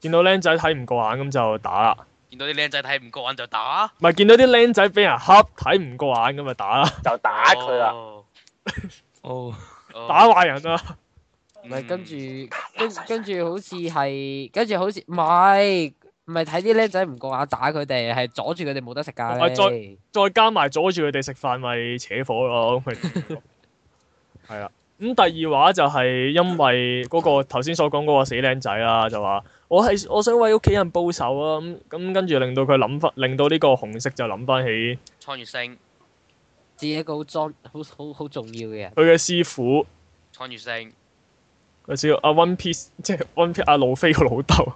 A: 見到僆仔睇唔過眼咁就打啦，
B: 見到啲僆仔睇唔過眼就打，
A: 唔係見到啲僆仔俾人恰睇唔過眼咁就打啦，
C: 就打佢啦。
B: 哦，
E: 哦，
B: 哦
A: 打壞人啊啦，
D: 唔
B: 嗯
D: 係跟 住跟跟住好似係跟住好似唔係唔係睇啲僆仔唔過眼打佢哋，係阻住佢哋冇得食咖
A: 係再
D: 喱。
A: 再加埋阻住佢哋食飯咪扯火咯，咁咪
B: 嗯
A: 係啦。 咁第二畫就係因為嗰、個頭先所講嗰個死僆仔啦，就話我係我想為屋企人報仇啊，咁咁跟住令到佢諗翻，令到呢個紅色就諗翻起。
B: 蒼月星，
D: 自己一個好裝好好好重要嘅人，
A: 佢嘅師傅，
B: 蒼月星，
A: 佢叫阿 One Piece，即 係 One Piece 阿路飛個老豆。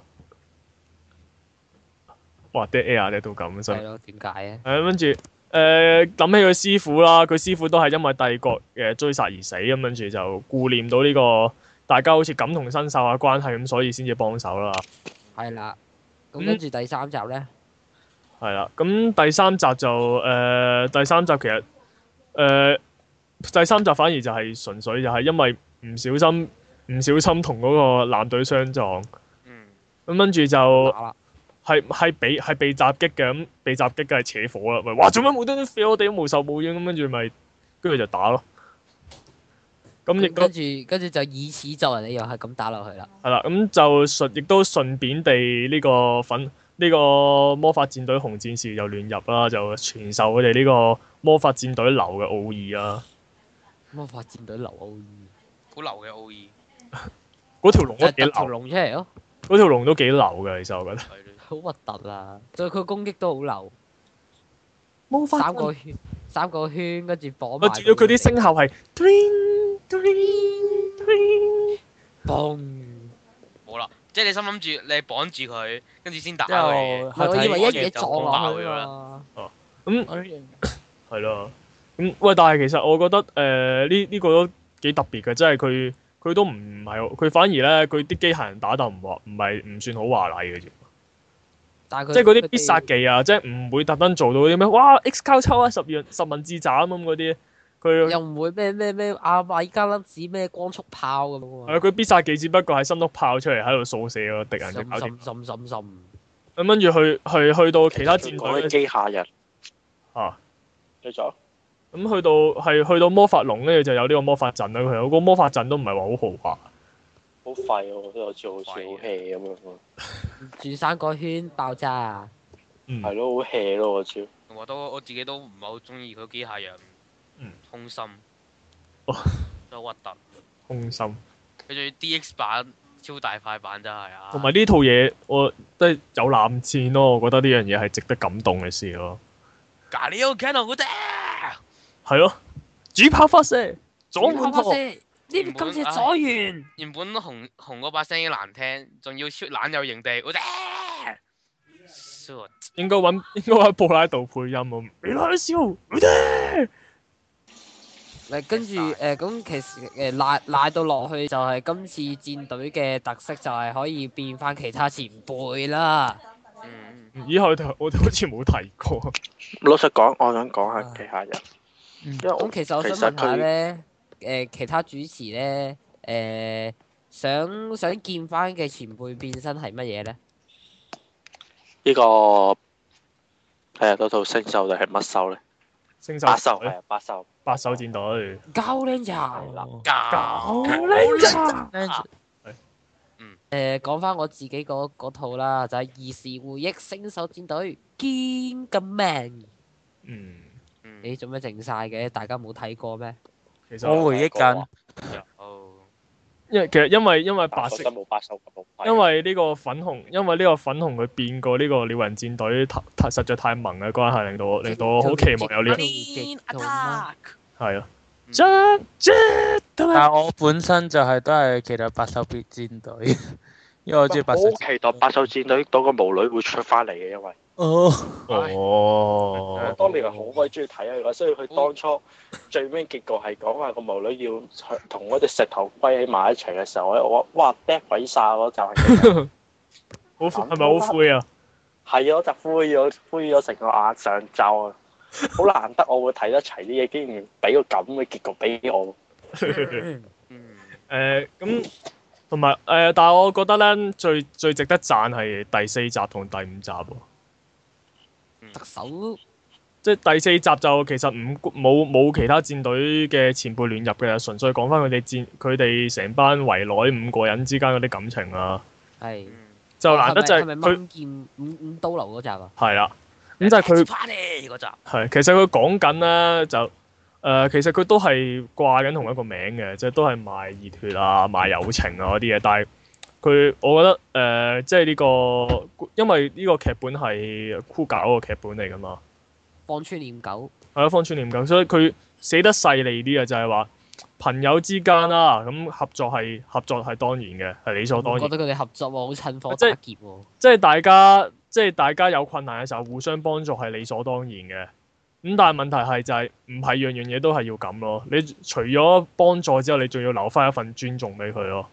A: 哇！dead air 啊你到咁
D: 係
A: 真係。
D: 咯？點解啊咧？
A: 誒跟住誒諗起佢師傅啦，佢師傅都係因為帝國嘅追殺而死，咁跟住就顧念到呢、個大家好似感同身受嘅關係，咁所以先至幫手啦。
D: 係啦。咁
A: 嗯
D: 跟住第三集咧，
A: 係啦，咁第三集就誒、呃第三集其實誒、呃第三集反而就係純粹就係因為唔小心唔小心同嗰個男隊相撞。
B: 嗯，
A: 咁跟住就
D: 打啦，
A: 係係被係被襲擊嘅，咁被襲擊嘅係扯火啦，咪哇做咩無端端 feel 我哋都無仇無怨咁，跟住咪跟住就打咯。咁亦
D: 跟
A: 都
D: 跟住跟住就以此作為理由係咁打落去啦。
A: 係啦，咁就順亦都順便地呢個粉呢、個魔法戰隊紅戰士就亂入啦，就傳授佢哋呢個魔法戰隊流嘅奧義啊啦。
D: 魔法戰隊留奧義，
B: 好流嘅 E，奧義，
A: 嗰條龍
D: 哎就
A: 都幾
D: 係突條
A: 流，
D: 龍出嚟咯，
A: 嗰條龍都幾流嘅，其實我覺得。
B: 係咯，
D: 好核突啊！對佢攻擊都好流，
A: 魔
D: 三個圈，三個圈，跟住綁
A: 我
D: 埋。
A: 啊仲要佢啲聲效係 twin twin twin，
D: 嘣！
B: 冇啦，即係你心諗住你綁住佢，跟住先打
E: 之
B: 佢嘅
E: 後
D: 唔係我以為一
B: 睇
D: 嘢撞落去啊嘛。
A: 咁。
E: 係
A: 係咯，咁、喂，但係其實我覺得誒呃呢呢個都幾特別嘅，即係佢佢都唔係，佢反而咧佢啲機械人打鬥唔華，唔係唔算好華麗嘅啫，
D: 但係佢
A: 即係嗰啲必殺技啊，即係唔會特登做到啲咩，哇 X 交抽啊，十樣十文字斬咁嗰啲，佢
D: 又唔會咩咩咩阿米加粒子咩光速炮咁
A: 係
D: 喎。
A: 啊佢必殺技只不過係心碌炮出嚟喺度掃射個敵人就搞掂，
D: 滲滲滲滲
A: 咁跟住去去去到其他戰
C: 講
A: 隊嘅
C: 起
A: 時
C: 機械人
A: 啊，
C: 你仲有
A: 咁去到係去到魔法龍咧就有呢個魔法陣啦，佢有個魔法陣都唔係話好豪華。
C: 好廢喎，我似好似好 hea 咁樣喎，
D: 轉三個圈爆炸，
A: 嗯
C: 係咯，好 hea 咯，我似。
B: 我都我自己都唔係好中意佢機械人，
A: 嗯，
B: 空心，
A: 哦
B: 真係核突。
A: 空心。
B: 佢仲要 DX 版超大塊版真係啊！
A: 同埋呢套嘢，我都係有冷戰咯，我覺得呢樣嘢係值得感動嘅事咯。
B: 咖喱 O Canon 嗰只，
A: 係咯，主炮發射，左滿堂，
D: 呢邊今次左完，
B: 原本紅紅嗰把聲已經難聽，仲要超懶有型地嗰只。Shit，
A: 應該揾 應該揾布拉道配音啊喎。你拉笑，唔得
D: 誒跟住誒咁其實誒賴賴到落去就係今次戰隊嘅特色就係可以變翻其他前輩啦。
B: 嗯，
A: 以後就我哋好似冇提過。
C: 老實講，我想講下機械人，
E: 嗯
C: 因為我
D: 咁其實我想
C: 其實
D: 問下
C: 佢
D: 咧，誒、其他主持咧，誒、想想見翻嘅前輩變身係乜嘢咧？
C: 呢個誒誒啊嗰套星獸定係乜獸咧？
A: 星
C: 八
A: 獸
C: 獸
A: 隊
C: 係啊八獸，
A: 八手戰隊。
D: 交 r a n g e
B: 搞
D: 誒講翻我自己嗰嗰套啦，就係兒時回憶星手戰隊堅咁命。
A: 嗯，
D: 你做咩靜晒嘅？大家冇睇過咩？
A: 其實
E: 我
C: 哦
E: 回憶緊，
B: 哦，
A: 因為其實因為因為白
C: 白
A: 色
C: 色。冇八獸咁好睇。
A: 因為呢個粉紅，因為呢個粉紅佢變過呢個鳥人戰隊太太實在太萌嘅關係，令到我令到我好期望有呢
D: 呢套啦
A: 個係啊。
B: 嗯
A: 將將得
E: 但
A: 啦
E: 係我本身就係都係期待八獸別戰隊，因為我中意八
C: 我
E: 獸
C: 好
E: 戰。
C: 期待八獸戰隊嗰個巫女會出翻嚟嘅，因為。
E: 哦，
C: 我
A: 哦，
C: 當年係好鬼中意睇佢㗎，所以佢當初最尾結局係講話個毛女要同嗰只石頭龜喺埋一齊嘅時候咧，我話哇叻鬼晒咯，就係咁樣
A: 好係咪好灰啊？
C: 係啊，就灰咗灰咗成個眼上晝啊！好難得我會睇得齊啲嘢，竟然俾個咁嘅結局俾我。
B: 嗯，
A: 誒呃咁同埋誒，呃但係我覺得咧最最值得讚係第四集同第五集喎。
D: 特首
A: 即係第四集就其實唔冇冇其他戰隊嘅前輩亂入嘅，純粹講翻佢哋戰佢哋成班圍內五個人之間嗰啲感情啊，
D: 係
B: 嗯
A: 就難得就係
D: 哦係咪
A: 佢
D: 掹劍五五刀流嗰集啊？
A: 係啦，咁就係佢
B: party 嗰集，
A: 係其實佢講緊咧就誒、呃其實佢都係掛緊同一個名嘅，即係都係賣熱血啊、賣友情啊嗰啲嘢，但係佢我覺得誒、呃即係呢、個因為呢個劇本係酷搞個劇本嚟㗎嘛。
D: 放穿念狗，
A: 係啊，方寸念舊，所以佢寫得細膩啲嘅就係話朋友之間啦，咁合作係合作係當然嘅，係理所當
D: 我覺
A: 然。
D: 得佢哋合作喎，好趁火
A: 即係
D: 打劫喎。
A: 即係大家即係大家有困難嘅時候互相幫助係理所當然嘅。咁但係問題係就係唔係樣樣嘢都係要咁咯？你除咗幫助之後，你仲要留翻一份尊重俾佢咯。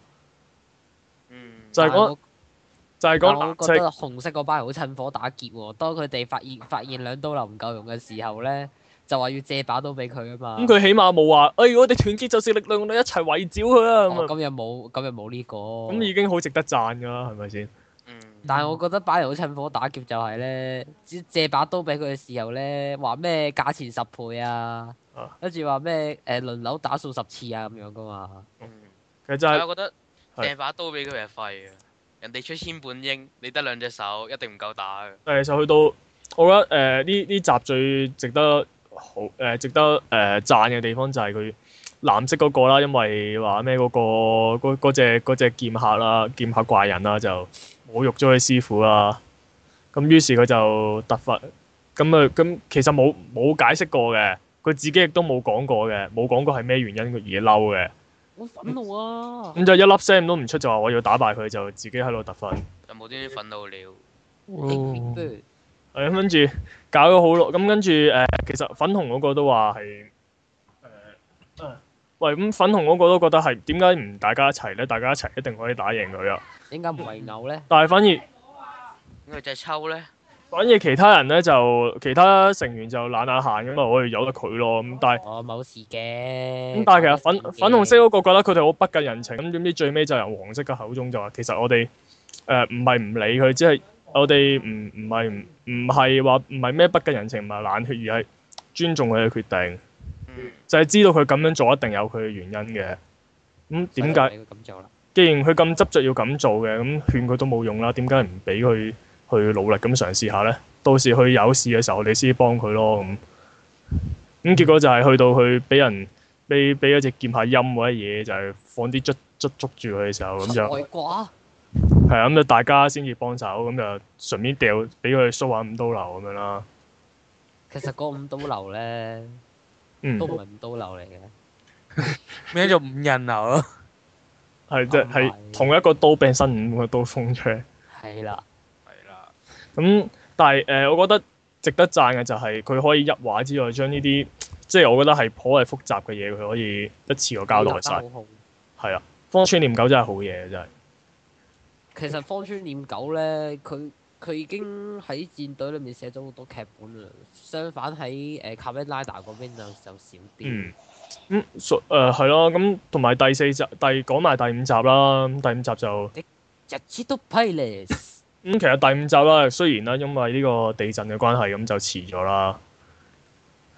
B: 嗯，
A: 就係
D: 但係
A: 講
D: 我
A: 就係
D: 但
A: 講
D: 係啊我
A: 男
D: 覺
A: 仔
D: 得紅色嗰班人好趁火打劫喎。當佢哋發現發現兩刀流唔夠用嘅時候咧，就話要借把刀俾佢啊嘛。
A: 咁，佢起碼冇話，哎，我哋團結就是力量，我哋一齊圍剿佢啊咁
D: 哦
A: 啊！
D: 今日冇今日冇呢個。
A: 咁已經好值得讚㗎啦，係咪先？
B: 嗯，
D: 但係我覺得擺嚟好趁火打劫就係咧，借借把刀俾佢嘅時候咧，話咩價錢十倍啊
A: 啊，
D: 跟住話咩誒輪流打數十次啊咁樣噶嘛。
B: 嗯
A: 其實就
B: 但
A: 係
B: 係我覺得掟把刀俾佢係廢嘅，人哋出千本英，你得兩隻手，一定唔夠打嘅。
A: 誒，呃就去到我覺得誒呃呢呢集最值得好誒、呃值得誒、呃、讚嘅地方就係佢藍色嗰個啦，因為話咩嗰個嗰嗰隻嗰隻劍客啦，劍客怪人啦就侮辱咗佢師傅啦，咁於是佢就突發咁啊咁其實冇冇解釋過嘅，佢自己亦都冇講過嘅，冇講過係咩原因佢而嬲嘅，
D: 好憤怒啊！
A: 咁就一粒聲都唔出就話我要打敗佢，就自己喺度突發。
B: 就無端端憤怒了。
D: Angry
A: 係咁跟住搞咗好耐，咁跟住誒，其實粉紅嗰個都話係誒啊喂，咁粉紅嗰個都覺得係點解唔大家一齊咧？大家一齊一定可以打贏佢啊！
D: Bird，點解唔係牛咧？
A: 但係反而
B: 咁佢隻抽咧，
A: 反而其他人咧就其他成員就懶懶閒咁啊，我哋由得佢咯咁。但係
D: 我冇哦事嘅。
A: 咁但係其實粉
D: 搞得掂嘅
A: 粉紅色嗰個覺得佢哋好不近人情，咁點知最尾就由黃色嘅口中就話其實我哋誒唔係唔理佢，只係我哋唔唔係唔唔係話唔係咩不近人情，唔係冷血，而係尊重佢嘅決定。
B: 嗯，
A: 就係知道佢咁樣做一定有佢嘅原因嘅。咁點解？
D: 所以佢咁做啦？
A: 既然佢咁執着要咁做嘅，咁勸佢都冇用啦。點解唔俾佢去努力咁嘗試下呢？到時佢有事嘅時候，你先幫佢咯。咁咁結果就係去到佢俾人俾俾一隻劍下音嗰啲嘢，就係、放啲卒卒捉住佢嘅時候，咁就
D: 外掛
A: 係啊，咁就大家先至幫手，咁就順便掉俾佢蘇下五刀流咁樣啦。
D: 其實嗰五刀流咧
A: 嗯
D: 都，唔係五刀流嚟嘅。
E: 名做五人流咯。
A: 係即係同一個刀柄伸五個刀鋒出嚟。
D: 係啦，
B: 係啦，
A: 咁、但係誒、呃我覺得值得讚嘅就係佢可以一畫之外將呢啲，即係我覺得係頗為複雜嘅嘢，佢可以一次過交代晒。
D: 好好。
A: 係啊，方村念狗真係好嘢，真係。
D: 其實方川念九咧，佢佢已經喺戰隊裏面寫咗好多劇本啦。相反喺誒卡梅拉達嗰邊就就少啲。
A: 嗯。咁所誒係咯，咁同埋第四集，第講埋第五集啦。咁第五集就
D: 日子都批嚟，
A: 咁其實第五集啦，雖然啦，因為呢個地震嘅關係，咁就遲咗啦。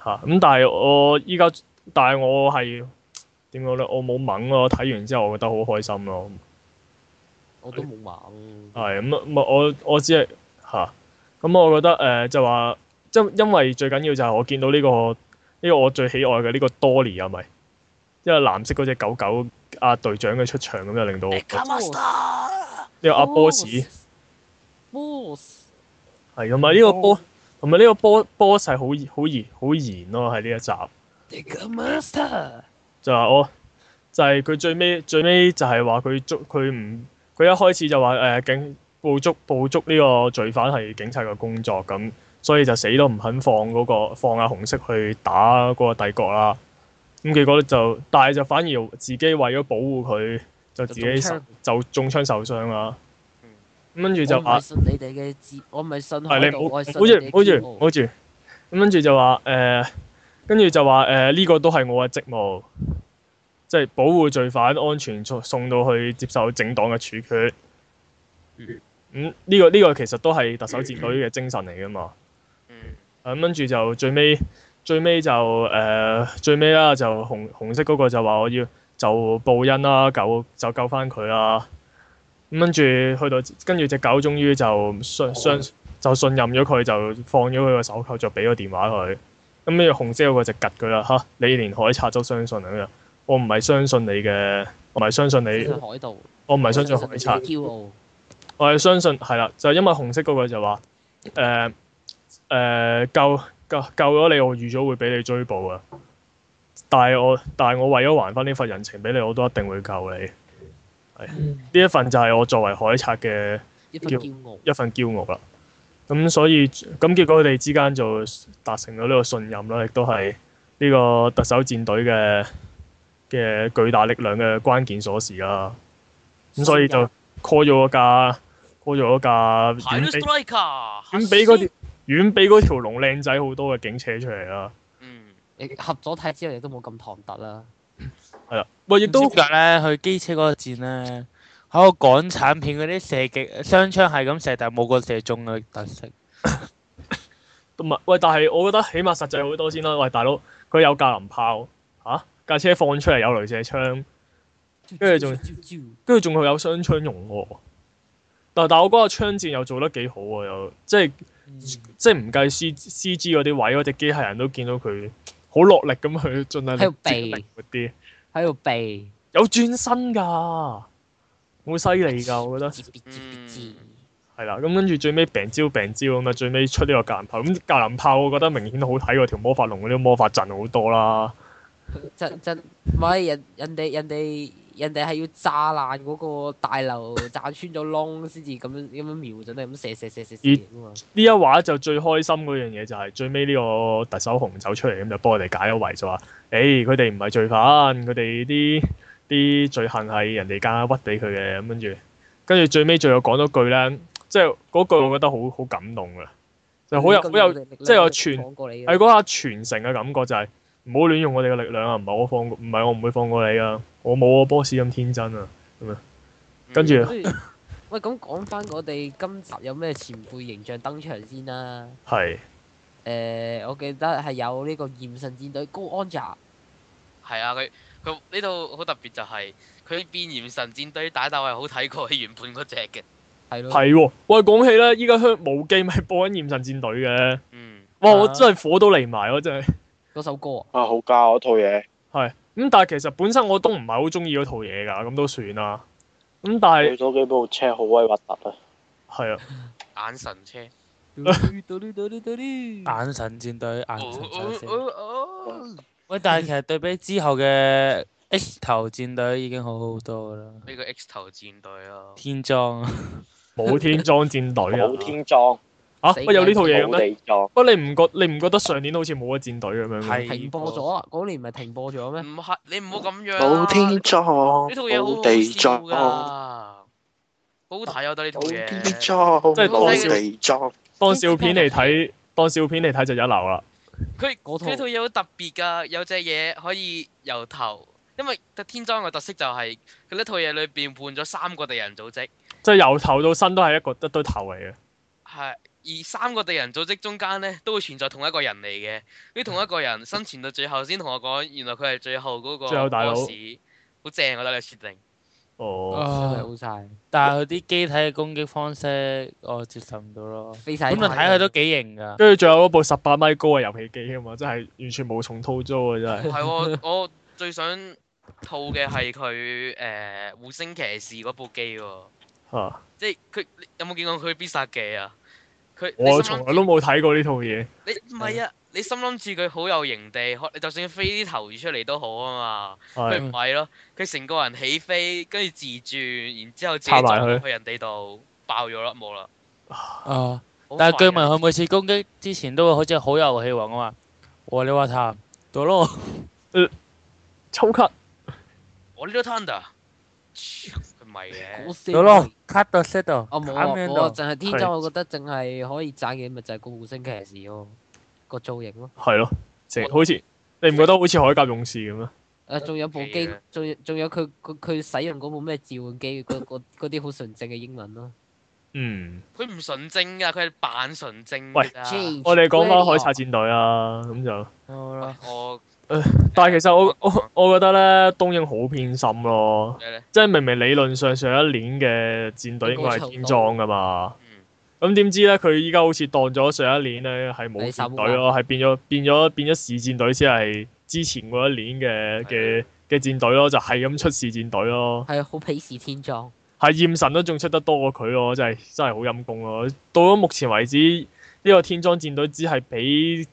A: 嚇、咁但係我依家，但係我係點講咧？我冇懵咯，睇完之後我覺得好開心咯。
D: 我都冇猛。
A: 係咁啊，我我我只係嚇，咁、我覺得誒、呃就話，即因為最緊要就係我見到呢、個呢、個我最喜愛嘅呢個多尼係啊咪？因為藍色嗰只狗狗阿隊長嘅出場咁就令到我覺得呢個阿波士。
D: Boss，
A: 係同埋呢個波，同埋呢個波波勢好熱好熱好燃咯，喺呢一集
D: Take a master。
A: 就話我就係、佢最尾最尾就係話佢捉佢唔佢一開始就話誒、呃警捕捉捕捉呢個罪犯係警察嘅工作咁，所以就死都唔肯放嗰、個放阿紅色去打嗰個帝國啦。咁結果就但係就反而自己為咗保護佢，就自己受就中槍嗯受傷啦。咁跟住就
D: 我唔
A: 話
D: 係。信你哋嘅自，我唔係信
A: 係你
D: 喺
A: 唔
D: 度，
A: 好唔
D: 我係信
A: 好
D: 你
A: 住
D: 哋
A: 唔好住
D: 嘅
A: 唔好住，咁跟住就話誒，呃跟、住就話誒呢個都係我嘅職務，即係保護罪犯安全送送到去接受正當嘅處決。
B: 嗯
A: 咁呢、個呢、個其實都係特首戰隊嘅精神嚟噶嘛。
B: 嗯，
A: 咁跟住就最尾最尾就誒、呃最尾啦，就紅紅色嗰個就話我要就報恩啦，救就救翻佢啦。咁跟住去到跟住只狗終於就信信就信任咗佢，就放咗佢個手扣，就俾個電話佢。咁呢個紅色嗰個就吉佢啦吓，你連海賊都相信啊！咁樣我唔係相信你嘅，我唔係相信
D: 信
A: 你，
D: 海度，
A: 我唔係
D: 我
A: 相信海
D: 你
A: 賊
D: 哋。驕傲。
A: 我係相信係啦，就因為紅色嗰個就話誒誒救救救咗你，我預咗會俾你追捕啊！但係我但係我為咗還翻呢份人情俾你，我都一定會救你。係呢一份就係我作為海賊嘅
D: 一份
A: 叫
D: 驕傲，
A: 一份驕傲啦。咁所以咁結果佢哋之間就達成咗呢個信任啦，亦都係呢個特首戰隊嘅嘅巨大力量嘅關鍵鎖匙啊啦。咁所以就 call 咗嗰架 call 咗嗰架
B: 排
A: 遠
B: 到
A: 比
B: striker，嗯
A: 遠比嗰條遠比嗰條龍靚仔好多嘅警車出嚟啦。
B: 嗯，
D: 你合咗睇之後，亦都冇咁唐突啦。
A: 係啦，喂，亦
E: 亦都
A: 都
E: 隔咧，佢機車嗰個戰咧，喺個港產片嗰啲射擊雙槍係咁射，但係冇個射中嘅特色。
A: 唔係喂，但係我覺得起碼實際好多先啦。喂，大佬，佢有架林炮嚇，架、車放出嚟有雷射槍。 跟住仲
D: 啾啾啾
A: 跟住仲會有雙槍用喎。但但我嗰個槍戰又做得幾好喎，又即係
D: 嗯
A: 即係唔計 C C G 嗰啲位，嗰只機械人都見到佢好落力咁去盡量
D: 喺度避
A: 嗰啲，
D: 喺度避，
A: 有轉身㗎，好犀利㗎，我覺得
D: 接別接別接。
A: 係啦。咁跟住最尾病招病招咁啊，最尾出呢個格林炮。咁格林炮我覺得明顯好睇過條魔法龍嗰啲魔法陣好多啦。嗯
D: 真真唔係人人哋人哋人哋係要炸爛嗰個大樓， 炸穿咗窿先至咁樣咁樣瞄準你咁啊射射射射射噶嘛。
A: 呢一話就最開心嗰樣嘢就係最尾呢個特首紅走出嚟咁就幫我哋解咗圍，就話：，誒佢哋唔係罪犯，佢哋啲啲罪行係人哋夾硬屈俾佢嘅，咁跟住跟住最尾最後講咗句咧，即係嗰句我覺得好好感動㗎，就
D: 嗯
A: 好有好有即係有傳係
D: 係
A: 嗰下傳承嘅感覺就係唔好亂用我哋嘅力量啊！唔係我放唔係我唔會放過你啊！我冇我 boss 咁天真啊！跟住
D: 喂，咁講翻我哋今集有咩前輩形象登場先啦？
A: 係
D: 誒，我記得係有呢個炎神戰隊高安澤，
B: 係啊，佢佢呢度好特別就係佢變炎神戰隊打鬥係好睇過佢原本嗰只嘅，
D: 係咯，
A: 係喎！喂，講起咧，依家香無記咪播緊《炎神戰隊》嘅。
B: 嗯，
A: 哇！
E: 啊
A: 我真係火都嚟埋咯，真係。
D: 嗰首歌啊，
C: 啊，好㗎嗰套嘢，
A: 係咁，但係其實本身我都唔係好中意嗰套嘢㗎，咁都算啦。咁但係
C: 佢嗰幾部車好鬼核突啊！
A: 係啊，
B: 眼神車，
D: 嗯
E: 眼神戰隊，眼神首先
B: 哦
E: 喂，但係其實對比之後嘅 X 頭戰隊已經好好多噶啦，
B: 呢個 X 頭戰隊啊咯，
E: 天裝啊
A: 冇天裝戰隊啊！
C: 冇天裝，
A: 啊，
D: 死
A: 喂有呢套嘢嘅
C: 冇
A: 咩？
C: 地裝，
A: 不，你唔覺你唔覺得上年好似冇咗戰隊咁樣咩？
E: 係
D: 停播咗啊！嗰年咪停播咗咩？
B: 唔係你唔好咁樣
C: 冇天
B: 啦，
C: 裝，
B: 呢套嘢好
C: 冇地裝，
B: 好笑噶，好睇啊！我覺得呢套
C: 冇天
B: 嘢，
C: 裝，
A: 即係
C: 冇
B: 當
C: 地裝，
A: 當笑片嚟睇，當笑片嚟睇就一流啦。
B: 佢
D: 嗰套
B: 佢呢套嘢好特別㗎，有隻嘢可以由頭因為特天災嘅特色就係佢呢套嘢裏邊換咗三個地人組織，
A: 即係由頭到身都係一個一堆頭嚟嘅。
B: 係而三個地人組織中間咧都會存在同一個人嚟嘅，呢同一個人生存到最後先同我講，原來佢係最後嗰個
A: 最後大佬
B: boss 好正我覺得嘅設定。
A: 哦，
E: 啊
D: 真係好晒，
E: 但係佢啲機體嘅攻擊方式，我接受唔到咯。
D: 飛晒
E: 咁
D: 啲
E: 就
D: 牌
E: 睇佢都
D: 嘅
E: 幾型㗎。
A: 跟住仲有嗰部十八米高嘅遊戲機啊嘛，真係完全無從套租啊！真係。
B: 係 喎，我最想套嘅係佢誒護星騎士嗰部機喎，
A: 啊！
B: 即係佢你有冇見過佢必殺技啊？佢
A: 我
B: 從
A: 從來都冇睇過呢套嘢。
B: 你唔係啊！你心諗住佢好有型地，可你就算飛啲頭魚出嚟都好啊嘛。佢
A: 係
B: 唔係咯，佢成個人起飛，跟住自轉，然之後自己
A: 插埋
B: 撞
A: 佢
B: 去人哋度爆咗啦，冇啦。
E: 啊！
B: 好
E: 但係據
B: 煩
E: 聞佢每次攻擊之前都會好似好有氣王啊嘛。我你話談到咯，
A: 抽咳，
B: 我呢都 Thunder，佢唔係嘅
D: 好。死
E: 到咯，cut 到 set 到，
D: 我冇
E: 砍
D: 啊，
E: 喺
D: 我
E: 度
D: 淨係天
A: 係
D: 災，我覺得淨係可以讚嘅咪就係個護星騎士咯，個造型咯。
A: 係咯，成好似你唔覺得好似海甲勇士咁咩？
D: 誒，仲有部機
B: 係啊，
D: 仲有仲有佢佢佢使用嗰部咩召喚機，嗰嗰嗰啲好純正嘅英文咯。
A: 嗯，
B: 佢唔純正㗎，佢係扮純正
A: 喂
B: 㗎咋。
D: Change
A: 我哋講翻海
D: radio
A: 賊戰隊啦，咁就。
E: 好
B: 喂
E: 啦，
B: 我
A: 呃
B: 嗯
A: 但係其實我
B: 我
A: 我我覺得咧，東英好偏心咯，
B: 咩咧？
A: 即係明明理論上上一年嘅戰隊應該係天裝噶嘛，
B: 嗯，
A: 咁點知咧佢依家好似當咗上一年咧係冇戰隊咯，係變咗變咗變咗市戰隊先係之前嗰一年嘅嘅嘅戰隊咯，就係咁出市戰隊咯，
D: 係啊好鄙視天裝，
A: 係厭神都仲出得多過佢咯，真係真係好陰功咯。到咗目前為止，呢、個天裝戰隊只係俾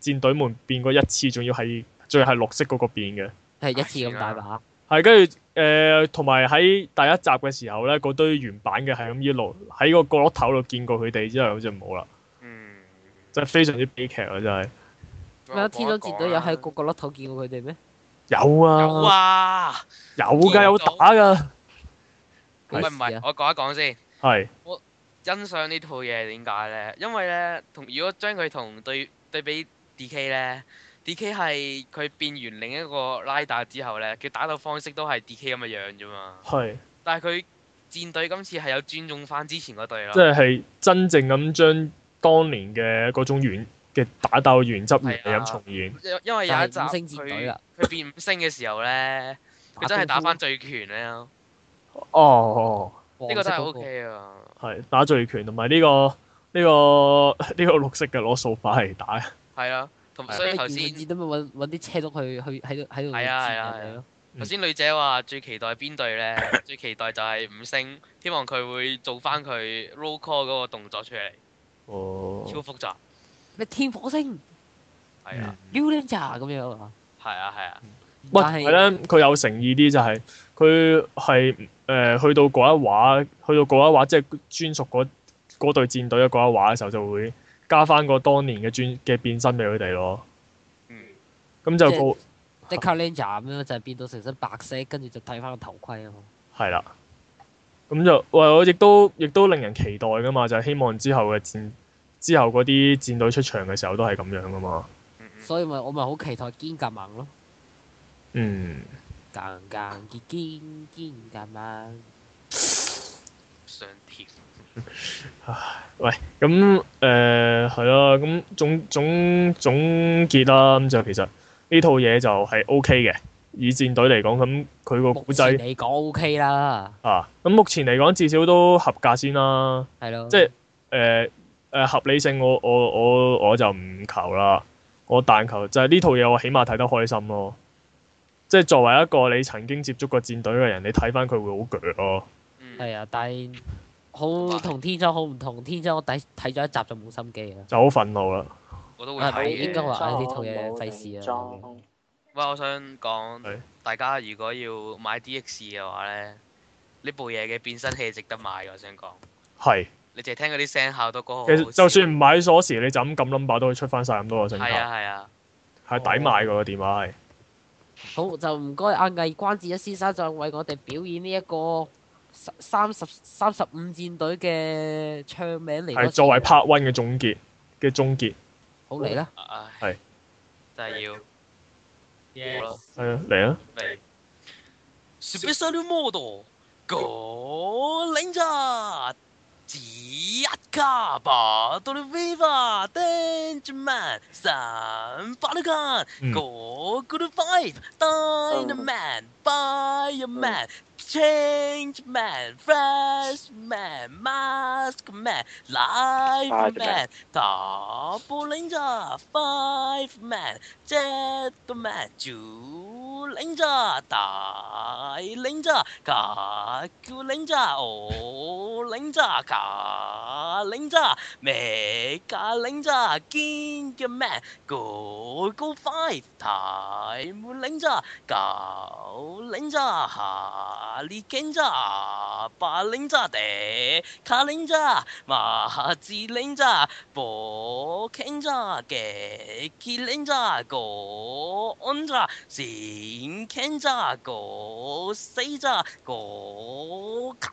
A: 戰隊們變過一次，仲要係最係綠色嗰個變嘅。
D: 係一次咁大
B: 啊
D: 把。
A: 係跟住誒，同埋喺第一集嘅時候咧，嗰堆原版嘅係咁一路喺個角落頭度見過佢哋之後，就冇啦，
B: 嗯，
A: 真係非常之悲劇啊！真係
D: 咩啊？天裝
B: 戰
D: 戰隊有喺個角落頭見過佢哋咩？
A: 有
B: 有
A: 啊，
B: 啊，
A: 有㗎，有
B: 見到
A: 打㗎，
B: 喂
D: 鬼
B: 唔
D: 事
B: 係
D: 啊，
B: 我講一講先。
A: 係
B: 欣賞呢套嘢點解咧？因為咧，同如果將佢同對對比 D.K. 咧，D.K. 係佢變完另一個拉打之後咧，佢打鬥方式都係 D.K. 咁嘅樣啫嘛。
A: 係，
B: 但係佢戰隊今次係有尊重翻之前嗰隊咯。
A: 即係係真正咁將當年嘅嗰種原嘅打鬥原汁原味
B: 係啊
A: 咁重現，
B: 因因為有一集
D: 但係五星戰隊啊
B: 佢
D: 啦
B: 佢變五星嘅時候 咧，佢真係打翻醉拳咧，呢
A: 哦，
D: 呢
B: 個真係 O.K. 啊。
A: 係打醉拳同埋呢個。呢、個呢、個綠色嘅攞掃把嚟打，
B: 係啊，同
A: 係
B: 所以頭
D: 先
B: 先
D: 戰都咪揾揾啲車轆去去喺度喺度
B: 係啊係啊
D: 截人哋咯。
B: 頭
D: 嗯
B: 先女仔話最期待邊隊咧？ 最期待就係五星，希望佢會做翻佢 roll call 嗰個動作出嚟，
A: 哦，
B: 超複雜。
D: 咩天火星
B: 係啊，
D: u n i 咁樣啊？
B: 係啊，係啊，
A: 喂，
D: 但係
A: 係咧，佢有誠意啲就係佢係誒去到嗰一畫，去到嗰一畫即係專屬嗰嗰隊戰隊嘅嗰一畫嘅時候，就會加翻個當年嘅專嘅變身俾佢哋咯。
B: 嗯，
A: 咁就
D: 即係
A: 個
D: 即係 c o l i n g e r 咁樣就係變到成身白色，跟住就睇翻個頭盔啊嘛。
A: 係啦。咁就喂，我亦都亦都令人期待噶嘛，就係、希望之後嘅戰之後嗰啲戰隊出場嘅時候都係咁樣噶嘛。
B: 嗯嗯
D: 所以咪我咪好期待堅夾硬咯，
A: 嗯，
D: 夾硬夾 硬堅堅堅夾硬。
B: 上貼
A: 咁誒係啦，咁總總總結啦，咁就其實呢套嘢就係 O K 嘅，以戰隊嚟講，咁佢個
D: 目
A: 古
D: 前
A: 仔
D: 你講 O K 啦，
A: 啊，咁目前嚟講至少都合格先啦。
D: 係咯。
A: 即係誒、誒合理性我，我我我就唔求啦，我但求就係呢套嘢我起碼睇得開心咯。即係作為一個你曾經接觸過戰隊嘅人，你睇翻佢會好鋸咯。
B: 嗯，
D: 係啊，但係好同天窗好唔同，天窗我睇睇咗一集就冇心機啊啦。
A: 就好憤怒啦。
B: 我都會
D: 啊
B: 睇
D: 唔應該
B: 嘅。
D: 話唉呢套嘢費事啊
B: 喂，我想
A: 係
B: 講，大家如果要買 DX 嘅話咧，呢部嘢嘅變身器值得買嘅。我想講，
A: 係，
B: 你淨係聽嗰啲聲效都覺得好
A: 其實
B: 好
A: 就
B: 笑
A: 算唔買鎖匙，你就咁撳 number 都可以出翻晒咁多個信
B: 係
A: 卡。
B: 啊係啊，
A: 係抵買個電話係。
D: 好就唔該阿魏關智一先生就為我哋表演呢一個三三十三十五戰隊嘅唱名嚟。
A: 係作為 Part One 嘅總結嘅總結，
D: 好嚟啦，
B: 啊唉，
A: 係
B: 真係要好啦
A: 係啊嚟啊！
B: 嚟 Special Model ゴーレンジャージアッカーバトルフィーバーデンジマンサンバルガ
A: うん
B: ンゴーグルファイブダイナマンバイアマン Change Man, Fresh Man, Mask Man, Live
C: Live
B: Man, Double Ranger, Five Man, Jet Man, 主 Ranger, 大 Ranger, 卡 Q Ranger, 哦 Ranger, 卡 Ranger, 美卡 Ranger, 堅嘅 Man, Go Go Five, 大 Ranger。九零咋下呢驚咋八零咋地卡零咋馬字零咋波傾咋嘅結零咋個安咋善傾咋個四咋個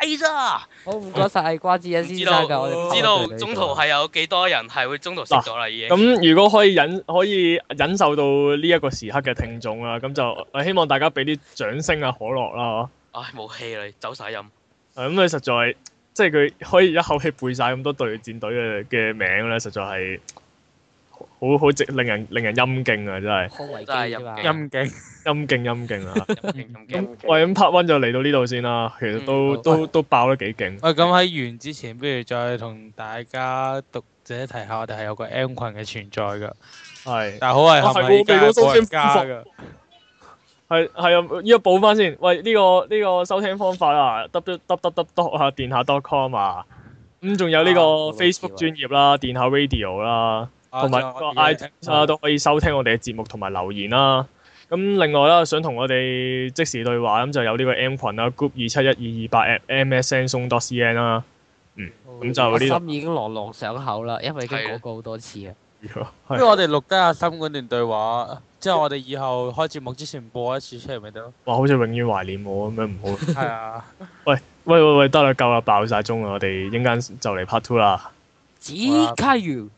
B: 雞咋。
D: 好唔該晒瓜子欣先生㗎，我哋
B: 知
D: 拋
B: 道
D: 咗佢呢
B: 中
D: 度
B: 途係有幾多人係會中途食咗啦已經。
A: 咁如果可以忍可以忍受到呢一個時刻嘅聽眾啦，咁就我希望大家俾啲掌聲啊可樂啦
B: 唉冇氣啦，走晒音。
A: 嚇，咁佢實在即係佢可以一口氣背晒咁多隊戰隊嘅嘅名咧，實在係好好直令人令人陰敬啊！真係
D: 康維基
B: 真係入
D: 啫嘛，
B: 鏡
E: 陰勁。
A: 陰敬陰敬啊！
B: 咁勁咁勁
A: 喂，咁 part one 就嚟到呢度先啦，其實都
E: 嗯
A: 都都爆得幾勁。
E: 喂，咁喺完之前，不如再同大家讀者提下，我哋係有個 M 群嘅存在噶。
A: 係
E: 但係好遺
A: 哦係
E: 憾啊
A: 喎
E: 係依家
A: 未
E: 冇
A: 到
E: 人
A: 收聲
E: 加噶。
A: 係係啊！依家補翻先。喂，呢個呢個收聽方法啊，w w w dot 啊電下 dot com 啊。咁仲有呢個
D: 啊好嘅
A: Facebook 專頁啦，電下 Radio 啦。
E: 啊
A: 同埋個 i t 啦，都可以收聽我哋嘅節目同埋留言啦。咁另外啦，想同我哋即時對話咁就有呢個 M 群啦，group 二七一二二八 at msn 松 dot cn 啦。咁就
D: 我
A: 呢度
D: 心已經朗朗上口啦，因為已經
B: 係啊
D: 講過好多次啊。
E: 不
A: 係
E: 如我哋錄低阿森嗰段對話，之後我哋以後開節目之前播一次出嚟咪得咯。
A: 哇，好似永遠懷念我咁樣，唔好。
E: 係啊，
B: 啊
A: 喂喂喂，得啦，夠啦，爆晒鐘啦，我哋應間就嚟 part two 啦。
D: 只卡如